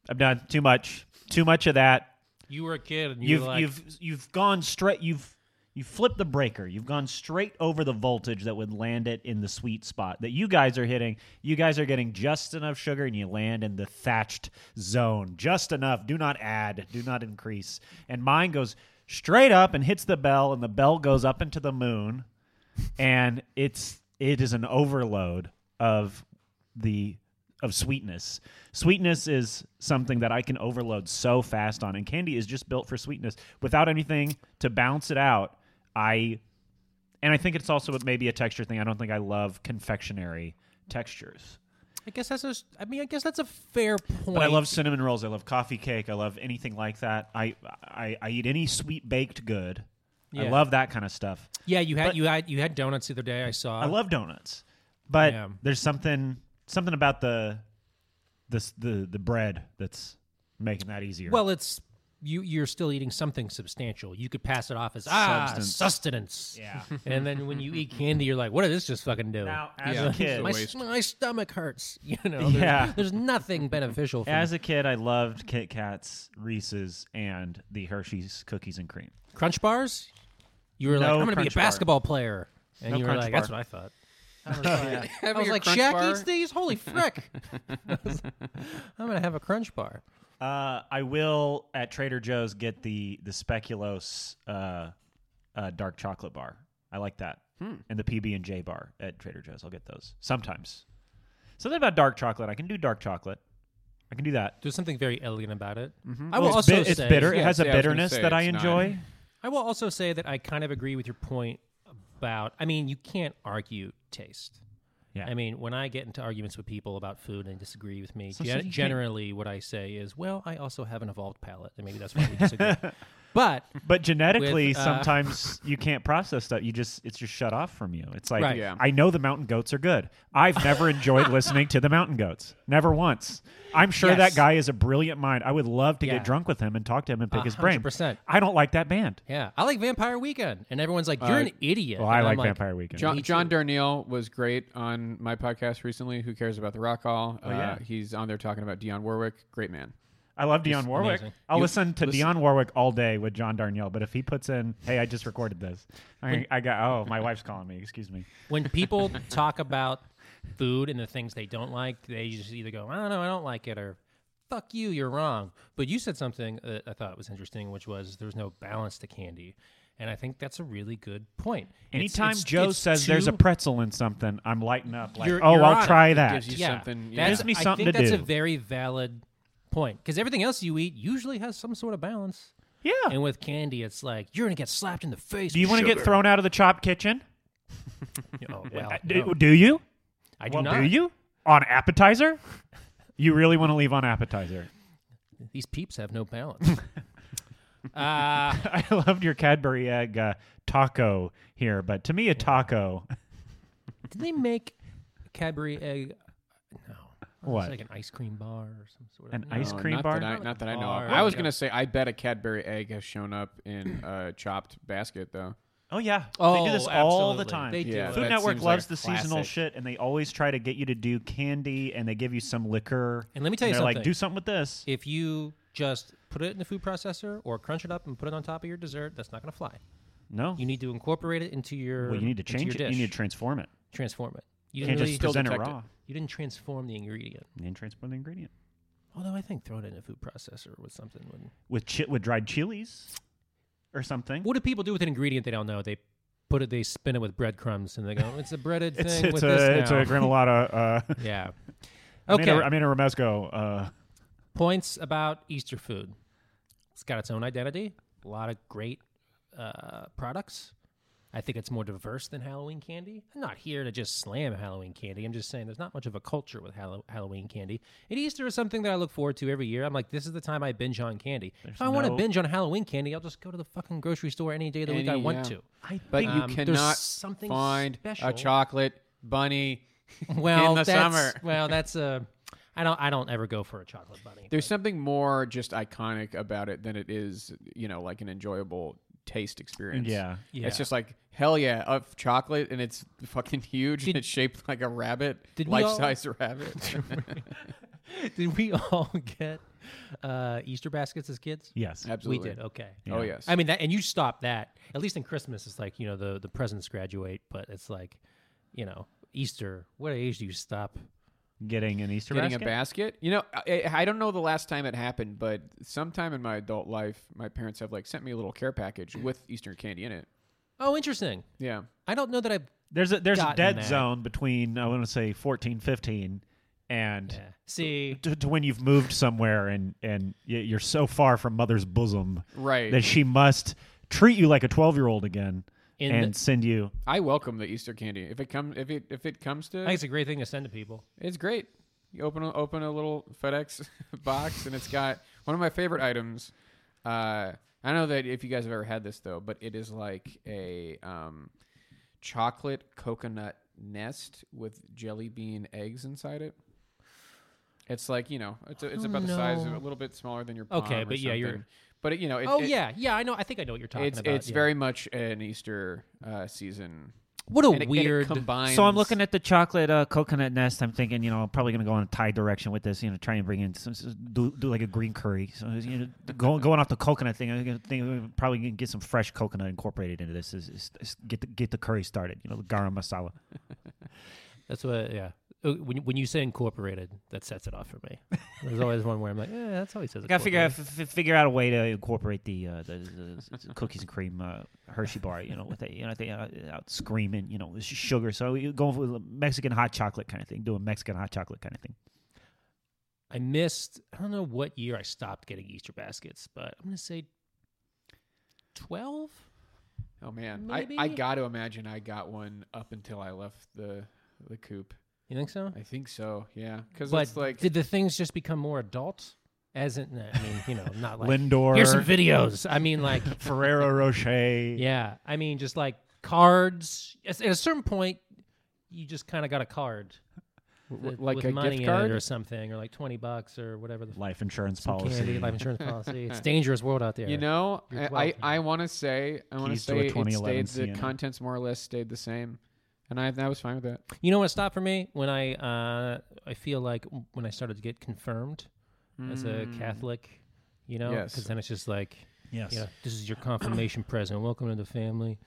C: I'm done. Too much. Too much of that.
B: You were a kid, and you
C: You've
B: were like,
C: you've you've gone straight. You've You flip the breaker. You've gone straight over the voltage that would land it in the sweet spot that you guys are hitting. You guys are getting just enough sugar and you land in the thatched zone. Just enough. Do not add, do not increase. And mine goes straight up and hits the bell, and the bell goes up into the moon. And it's it is an overload of the of sweetness. Sweetness is something that I can overload so fast on, and candy is just built for sweetness. Without anything to bounce it out, I and I think it's also maybe a texture thing. I don't think I love confectionery textures.
B: I guess that's a. s- I mean, I guess that's a fair point.
C: But I love cinnamon rolls. I love coffee cake. I love anything like that. I I, I eat any sweet baked good. I
B: Yeah.
C: love that kind of stuff.
B: Yeah, you had
C: But-
B: you had you had donuts the other day. I saw.
C: I love donuts, but
B: Yeah.
C: there's something something about the this the the bread that's making that easier.
B: Well, it's you. You're still eating something substantial. You could pass it off as ah
C: Substance.
B: sustenance.
C: yeah.
B: And then when you eat candy, you're like, what did this just fucking do? *laughs*
C: Now, as
D: Yeah.
C: a kid,
B: my,
D: It's a waste.
B: my stomach hurts. *laughs* You know. There's,
C: Yeah.
B: There's nothing beneficial. From
C: as a kid, I loved Kit Kats, Reese's, and the Hershey's cookies and cream.
B: Crunch bars. You were like,
C: No
B: I'm gonna be a
C: Crunch Bar.
B: basketball player, and
C: No
B: you were
C: Crunch
B: like,
C: Bar.
B: that's what I thought.
D: Have
B: I was
D: your
B: like,
D: Crunch
B: Shaq
D: Bar.
B: eats these.
D: *laughs*
B: Holy frick! I'm gonna have a crunch bar.
C: Uh, I will at Trader Joe's get the the speculoos uh, uh, dark chocolate bar. I like that, and the PB and J bar at Trader Joe's. I'll get those sometimes. Something about dark chocolate. I can do dark chocolate. I can do that.
B: There's something very elegant about it.
D: Mm-hmm.
B: I will
C: Well, it's,
B: also
C: bit- it's
B: say
C: bitter.
D: Yeah,
C: it has
D: see,
C: a
D: I was gonna
C: bitterness
D: say
C: that I
D: it's not-
C: enjoy.
B: I will also say that I kind of agree with your point about. I mean, you can't argue taste.
C: Yeah.
B: I mean, when I get into arguments with people about food and they disagree with me,
C: So- so
B: gen-
C: you can't-
B: generally what I say is, "Well, I also have an evolved palate, and maybe that's why we disagree." but
C: But genetically,
B: With, uh,
C: sometimes you can't process stuff. You just it's just shut off from you. It's like
B: Right.
D: Yeah.
C: I know the mountain goats are good. I've
B: *laughs*
C: never enjoyed listening to the mountain goats. Never once. I'm sure that
B: Yes.
C: guy is a brilliant mind. I would love to
B: Yeah.
C: get drunk with him and talk to him and pick his
B: A
C: brain.
B: hundred percent.
C: I don't like that band.
B: yeah, I like Vampire Weekend, and everyone's like, "You're
D: Uh,
B: an idiot."
C: Well, I
B: And I'm
C: like, Vampire Weekend.
D: John,
B: Me
D: John Darnielle was great on my podcast recently. Who cares about the Rock Hall? Oh,
C: yeah.
D: uh, he's on there talking about Dionne Warwick. Great man.
C: I love Dionne Warwick.
B: amazing.
C: I'll
D: You-
C: listen to
D: listen-
C: Dionne Warwick all day with John Darnielle. But if he puts in, "Hey, I just recorded this," I, I got. Oh, my wife's calling me. Excuse me.
B: when people *laughs* talk about food and the things they don't like, they just either go, "I don't know, I don't like it," or "Fuck you, you're wrong." But you said something that I thought was interesting, which was there was no balance to candy, and I think that's a really good point. It's-
C: Anytime
B: it's-
C: Joe
B: it's
C: says there's a
B: too-
C: pretzel in something, I'm lighting up. Like,
B: You're-
C: oh,
B: you're on
C: I'll
B: it.
C: try
B: It
C: that.
D: gives you
B: yeah,
D: something-
B: that's-
C: Gives me
B: I
C: something
B: think
C: to
B: that's a
C: do.
B: very valid point because everything else you eat usually has some sort of balance,
C: yeah.
B: and with candy, it's like you're gonna get slapped in the face.
C: Do you
B: want to
C: get thrown out of the chop kitchen? *laughs*
B: Oh, well,
C: Uh,
B: no,
C: do, do you?
B: I do
C: well,
B: not.
C: do you? On appetizer? *laughs* You really want to leave on appetizer? *laughs*
B: These peeps have no balance. *laughs* uh,
C: I loved your Cadbury egg uh, taco here, but to me, a taco.
B: Did they make a Cadbury egg? No.
C: What?
B: It's like an ice cream bar or some sort of
C: An ice
D: No,
C: cream
D: Uh, not
C: bar?
D: That I,
B: Not like
D: not
B: a
D: that I know.
B: bar.
D: Of. I was
B: Yeah.
D: gonna say I bet a Cadbury egg has shown up in
B: *clears throat*
D: a chopped basket though.
C: oh, yeah.
B: Oh,
C: they do this all the
B: absolutely.
C: time.
B: They do.
D: Yeah,
C: Food
D: that
C: Network
D: seems like
C: loves
D: a
C: the seasonal
D: classic.
C: shit, and they always try to get you to do candy, and they give you some liquor.
B: And let me tell you
C: they're like,
B: something.
C: do something with this.
B: If you just put it in the food processor or crunch it up and put it on top of your dessert, that's not going to fly.
C: no.
B: You need to incorporate it into your.
C: Oh. well, you need to
B: into
C: change
B: your
C: it. You
B: dish.
C: need to transform it.
B: transform it. You
C: You
B: didn't
C: can't
B: really.
C: just present it
D: detect it.
C: raw.
B: you didn't transform the ingredient.
C: And then transform the ingredient.
B: Although I think throwing it in a food processor with something would.
C: With, chi- with dried chilies or something.
B: What do people do with an ingredient they don't know? They put it. They spin it with breadcrumbs and they go, "It's a breaded thing
C: *laughs* It's,
B: with
C: it's,
B: this
C: a, it's
B: now."
C: a
B: *laughs*
C: gremolata. Uh,
B: yeah.
C: I'm
B: Okay.
C: in a- I'm in a Romesco. Uh,
B: points about Easter food. It's got its own identity. A lot of great uh, products. I think it's more diverse than Halloween candy. I'm not here to just slam Halloween candy. I'm just saying there's not much of a culture with Hallow- Halloween candy. And Easter is something that I look forward to every year. I'm like, this is the time I binge on candy. if I want to
C: no-
B: binge on Halloween candy, I'll just go to the fucking grocery store any day of the week
D: Any-
B: I want
D: yeah.
B: to. I
D: But uh,
B: think
D: you
B: there's
D: cannot
B: something
D: find
B: special.
D: a chocolate bunny.
B: well,
D: the
B: that's,
D: summer.
B: *laughs* well, that's a. I don't. I don't ever go for a chocolate bunny.
D: There's something more just iconic about it than it is, you know, like an enjoyable taste experience.
C: Yeah.
B: Yeah. *laughs*
D: It's just like hell yeah, of chocolate, and it's fucking huge, and it's shaped like a rabbit,
B: Did *laughs* we all-
D: life size rabbit.
B: Did we all *laughs* get uh, Easter baskets as kids?
C: Yes.
D: *laughs* Absolutely.
B: We did. Okay.
D: Oh, yes.
B: I mean that, and you stop that. At least in Christmas, it's like you know the the presidents graduate, but it's like, you know, Easter. What age do you stop?
C: Getting an Easter
D: Getting
C: basket?
D: a basket? You know, I, I don't know the last time it happened, but sometime in my adult life, my parents have like sent me a little care package with Eastern candy in it.
B: Oh, interesting.
D: Yeah.
B: I don't know that I.
C: There's a there's a
B: gotten
C: dead
B: that.
C: zone between I want to say 14, 15 and
B: Yeah. See,
C: to, to when you've moved somewhere and and y- you're so far from mother's bosom
D: Right.
C: that she must treat you like a 12 year old again
B: In
C: and
B: the-
C: send you
D: I welcome the Easter candy. If it comes if it if it comes to
B: I think it's a great thing to send to people.
D: It's great. You open a, open a little FedEx *laughs* box, and it's got one of my favorite items. Uh, I don't know that if you guys have ever had this though, but it is like a um, chocolate coconut nest with jelly bean eggs inside it. It's like you know, it's, a, it's about the size of a little bit smaller than your palm
B: Oh, Okay,
D: or
B: but yeah, you're-
D: something. but it, you know, it,
B: oh
D: it-
B: yeah, yeah. I know. I think I know what you're talking
D: it's
B: about.
D: it's
B: yeah.
D: very much an Easter uh, season.
B: What a
D: and it- and it
B: weird.
D: combines-
F: So I'm looking at the chocolate uh, coconut nest. I'm thinking, you know, I'm probably going to go in a Thai direction with this. You know, try and bring in some, s- do, do like a green curry. So you know, go, going off the coconut thing, I'm gonna think we're probably going to get some fresh coconut incorporated into this. Is, is, is get the get the curry started. You know, the garam masala.
B: that's what. Yeah. Uh, When when you say incorporated, that sets it off for me. There's always one where I'm like, yeah, that's how he says.
F: I got to figure
B: incorporated."
F: out f- f- figure out a way to incorporate the uh, the, the s- cookies and cream uh, Hershey bar. You know, with the, you know they uh, out screaming. You know, with sh- sugar. So you going for Mexican hot chocolate kind of thing. Doing Mexican hot chocolate kind of thing.
B: I missed. I don't know what year I stopped getting Easter baskets, but I'm gonna say twelve.
D: Oh man, I, I
B: Maybe?
D: got to imagine I got one up until I left the the coop.
B: You think so?
D: I think so. Yeah, because
B: But
D: it's like
B: did the things just become more adult? As in, I mean, you know, not like
C: Lindor.
B: Here's some videos. I mean,
D: *laughs*
B: like,
C: Ferrero Rocher.
B: yeah. I mean, just like cards. Yes, At a certain point, you just kind of got a card,
D: w-
B: with-
D: like
B: with
D: a
B: money
D: gift
B: in it
D: card.
B: or something, or like twenty bucks or whatever the f-
C: Life insurance
B: some
C: policy.
B: candy, life
D: *laughs*
B: insurance policy. It's a dangerous world out there.
D: You know,
B: You're
D: I
B: 12
D: I, I want to say I want to
C: Keys to a
D: say it
C: 2011
D: stayed the
C: Sienna.
D: contents more or less stayed the same, and I I was fine with that.
B: You know what stopped for me when I uh, I feel like w- when I started to get confirmed as a Catholic, you know,
D: Hmm. Yes.
B: then it's just like,
C: Yes.
B: you know, this is your confirmation *clears throat* present. Welcome to the family.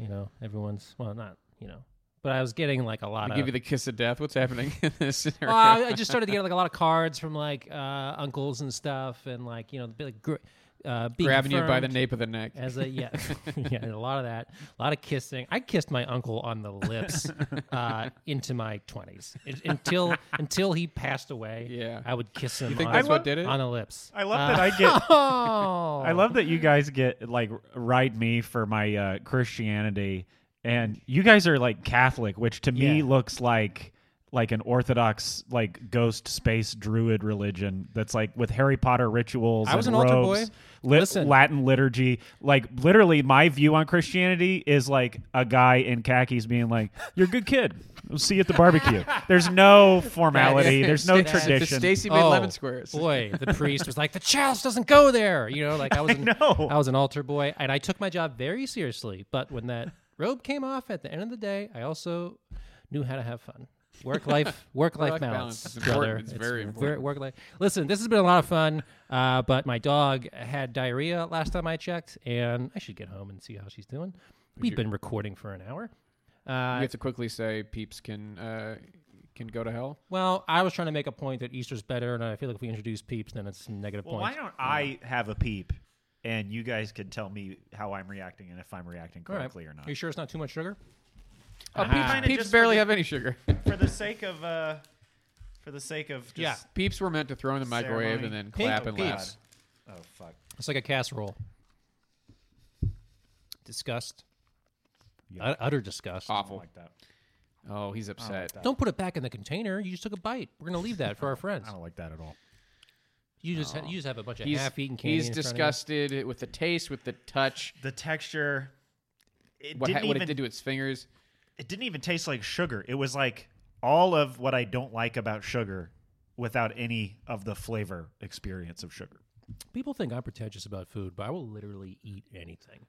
B: You know, everyone's well, not you know, but I was getting like a lot
D: I
B: of.
D: give you the kiss of death. What's happening *laughs* in this
B: *laughs*
D: scenario?
B: Well, I I just started to get like a lot of cards from like uh, uncles and stuff, and like you know, be like gr- uh, be
D: Grabbing you by the
B: confirmed
D: nape of the neck. *laughs*
B: as a *laughs* yeah yeah and a lot of that a lot of kissing i kissed my uncle on the
D: *laughs*
B: lips uh, into my 20s It- until until he passed away
D: Yeah.
B: i would kiss him
D: you think
B: on,
D: that's
C: love-
D: what did it?
B: on the lips
C: I love that I get
B: *laughs* oh *laughs*
C: I love that you guys get like ride me for my uh, Christianity, and you guys are like Catholic, which to me
B: Yeah.
C: looks like like an Orthodox like ghost space druid religion that's like with Harry Potter rituals.
B: I was
C: and
B: an altar
C: robes,
B: boy.
C: lit-
B: Listen.
C: Latin liturgy. Like literally, my view on Christianity is like a guy in khakis being like, "You're a good kid. We'll see you at the barbecue."
B: *laughs*
C: There's no formality. There's no
B: That's-
C: tradition.
D: Stacy made
B: Oh,
D: lemon squares. *laughs*
B: boy, the priest was like, "The chalice doesn't go there." You know, like I was, an,
C: know.
B: I was an altar boy, and I took my job very seriously. But when that robe came off at the end of the day, I also knew how to have fun.
D: *laughs*
B: Work life, work life
D: Work-life
B: balance.
D: balance is
B: brother.
D: important. It's very important.
B: Work life. Listen, this has been a lot of fun, uh, but my dog had diarrhea last time I checked, and I should get home and see how she's doing. We've been recording for an hour.
D: you have to quickly say peeps can uh, can go to hell.
B: Well, I was trying to make a point that Easter's better, and I feel like if we introduce peeps, then it's negative
C: Well, why
B: points.
C: don't I have a peep, and you guys can tell me how I'm reacting and if I'm reacting
B: All right.
C: correctly or not.
B: Are you sure it's not too much sugar?
D: Oh,
C: Kinda
D: peeps peeps
C: just
D: barely
C: forget-
D: have any sugar.
C: For the sake of, uh, for the sake of, just
B: Yeah.
D: peeps were meant to throw in the microwave
C: Ceremony.
D: and then
C: Pink
D: clap and
B: peeps.
D: laugh.
C: Oh fuck.
B: It's like a casserole. Disgust. U- utter disgust.
D: Awful.
C: Like that.
D: Oh, he's upset.
B: Don't put it back in the container. You just took a bite. We're gonna leave that for our friends.
C: I don't like that at all.
B: You just ha- you just have a bunch of
D: He's,
B: half-eaten candy.
D: he's
B: in front of you.
D: disgusted with the taste, with the touch,
C: The texture. It
D: what, ha-
C: didn't
D: what
C: even.
D: it did to its fingers.
C: it didn't even taste like sugar. It was like all of what I don't like about sugar, without any of the flavor experience of sugar.
B: People think I'm pretentious about food, but I will literally eat anything.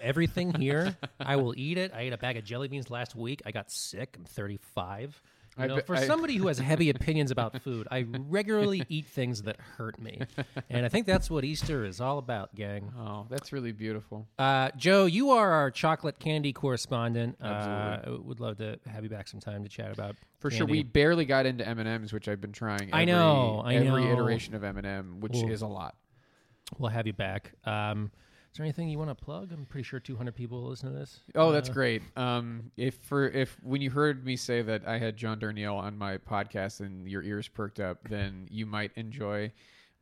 B: Everything here, I will eat it. I ate a bag of jelly beans last week. I got sick. I'm 35. You
D: I
B: know,
D: be-
B: for
D: I-
B: somebody who has heavy opinions about food, I regularly eat things that hurt me, and I think that's what Easter is all about, gang.
D: Oh, that's really beautiful.
B: Uh, Joe, you are our chocolate candy correspondent. Uh, would love to have you back sometime to chat about.
D: For sure, we
B: candy.
D: barely got into M and M's, which I've been trying. Every,
B: I know, I
D: every
B: know.
D: iteration of M and m which
B: Well-
D: is a lot.
B: we'll have you back. Um, is there anything you want to plug? I'm pretty sure 200 people listen to this.
D: Oh, that's great. Um, if for if when you heard me say that I had John Darnielle on my podcast and your ears perked up, then you might enjoy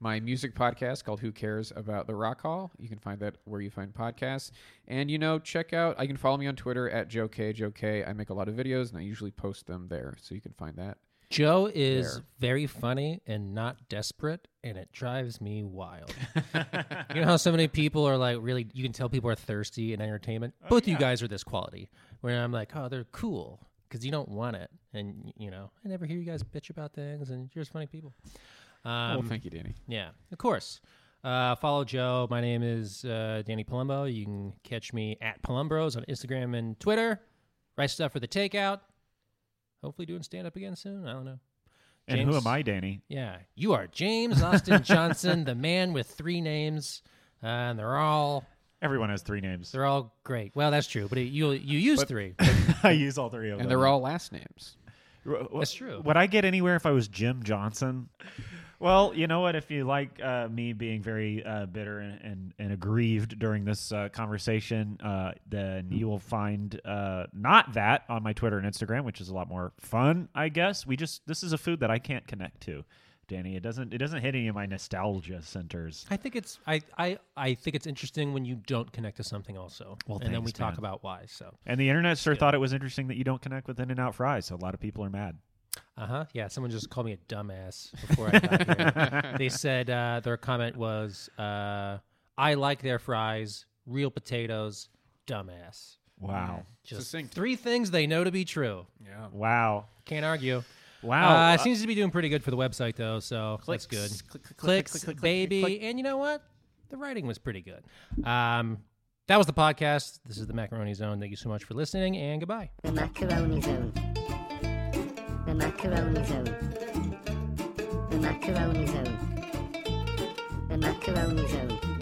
D: my music podcast called Who Cares About the Rock Hall. You can find that where you find podcasts. And you know, check out I can follow me on Twitter at Joe K Joe K. I make a lot of videos and I usually post them there, so you can find that.
B: Joe is very funny and not desperate, and it drives me wild. you know how so many people are like really you can tell people are thirsty in entertainment. Both you guys are this quality where I'm like, oh, they're cool because you don't want it, and y- you know I never hear you guys bitch about things, and you're just funny people.
D: well,
B: Um,
D: thank you, Danny.
B: yeah, of course. Uh, follow Joe. My name is uh, Danny Palumbo. You can catch me at Palumbros on Instagram and Twitter. Write stuff for the takeout. Hopefully, doing stand up again soon. I don't know.
F: And who
B: James-
F: am I, Danny?
B: Yeah, you are James Austin Johnson, the man with three names, uh, and they're all
F: Everyone has three
C: *laughs*
F: names.
B: they're all great. Well, that's true, but it, you you use three.
F: I use all three of them.
D: And they're all last names.
B: That's true.
F: Would I get anywhere if I was Jim Johnson? Well, you know what? If you like uh, me being very uh, bitter and, and, and aggrieved during this uh, conversation, uh, then you will find uh, not that on my Twitter and Instagram, which is a lot more fun, I guess. We just this is a food that I can't connect to, Danny. It doesn't it doesn't hit any of my nostalgia centers.
B: I think it's I, I I think it's interesting when you don't connect to something also,
F: Well,
B: and then we
F: thanks,
B: talk
F: man.
B: about why. So,
F: And the internet sure thought it was interesting that you don't connect with In and Out fries, so a lot of people are mad.
B: Uh huh. Yeah. Someone just called me a dumbass before I got here. They said uh, their comment was, uh, "I like their fries, real potatoes, dumbass."
F: Wow.
B: Just
D: Succinct.
B: three things they know to be true.
F: Wow.
B: Can't argue.
F: Wow.
B: Uh, seems to be doing pretty good for the website though, so that's good. Clicks, baby, and you know what? The writing was pretty good. Um, that was the podcast. This is the Macaroni Zone. Thank you so much for listening, and goodbye.
A: The Macaroni Zone. The Macaroni Zone. The Macaroni Zone. The Macaroni Zone.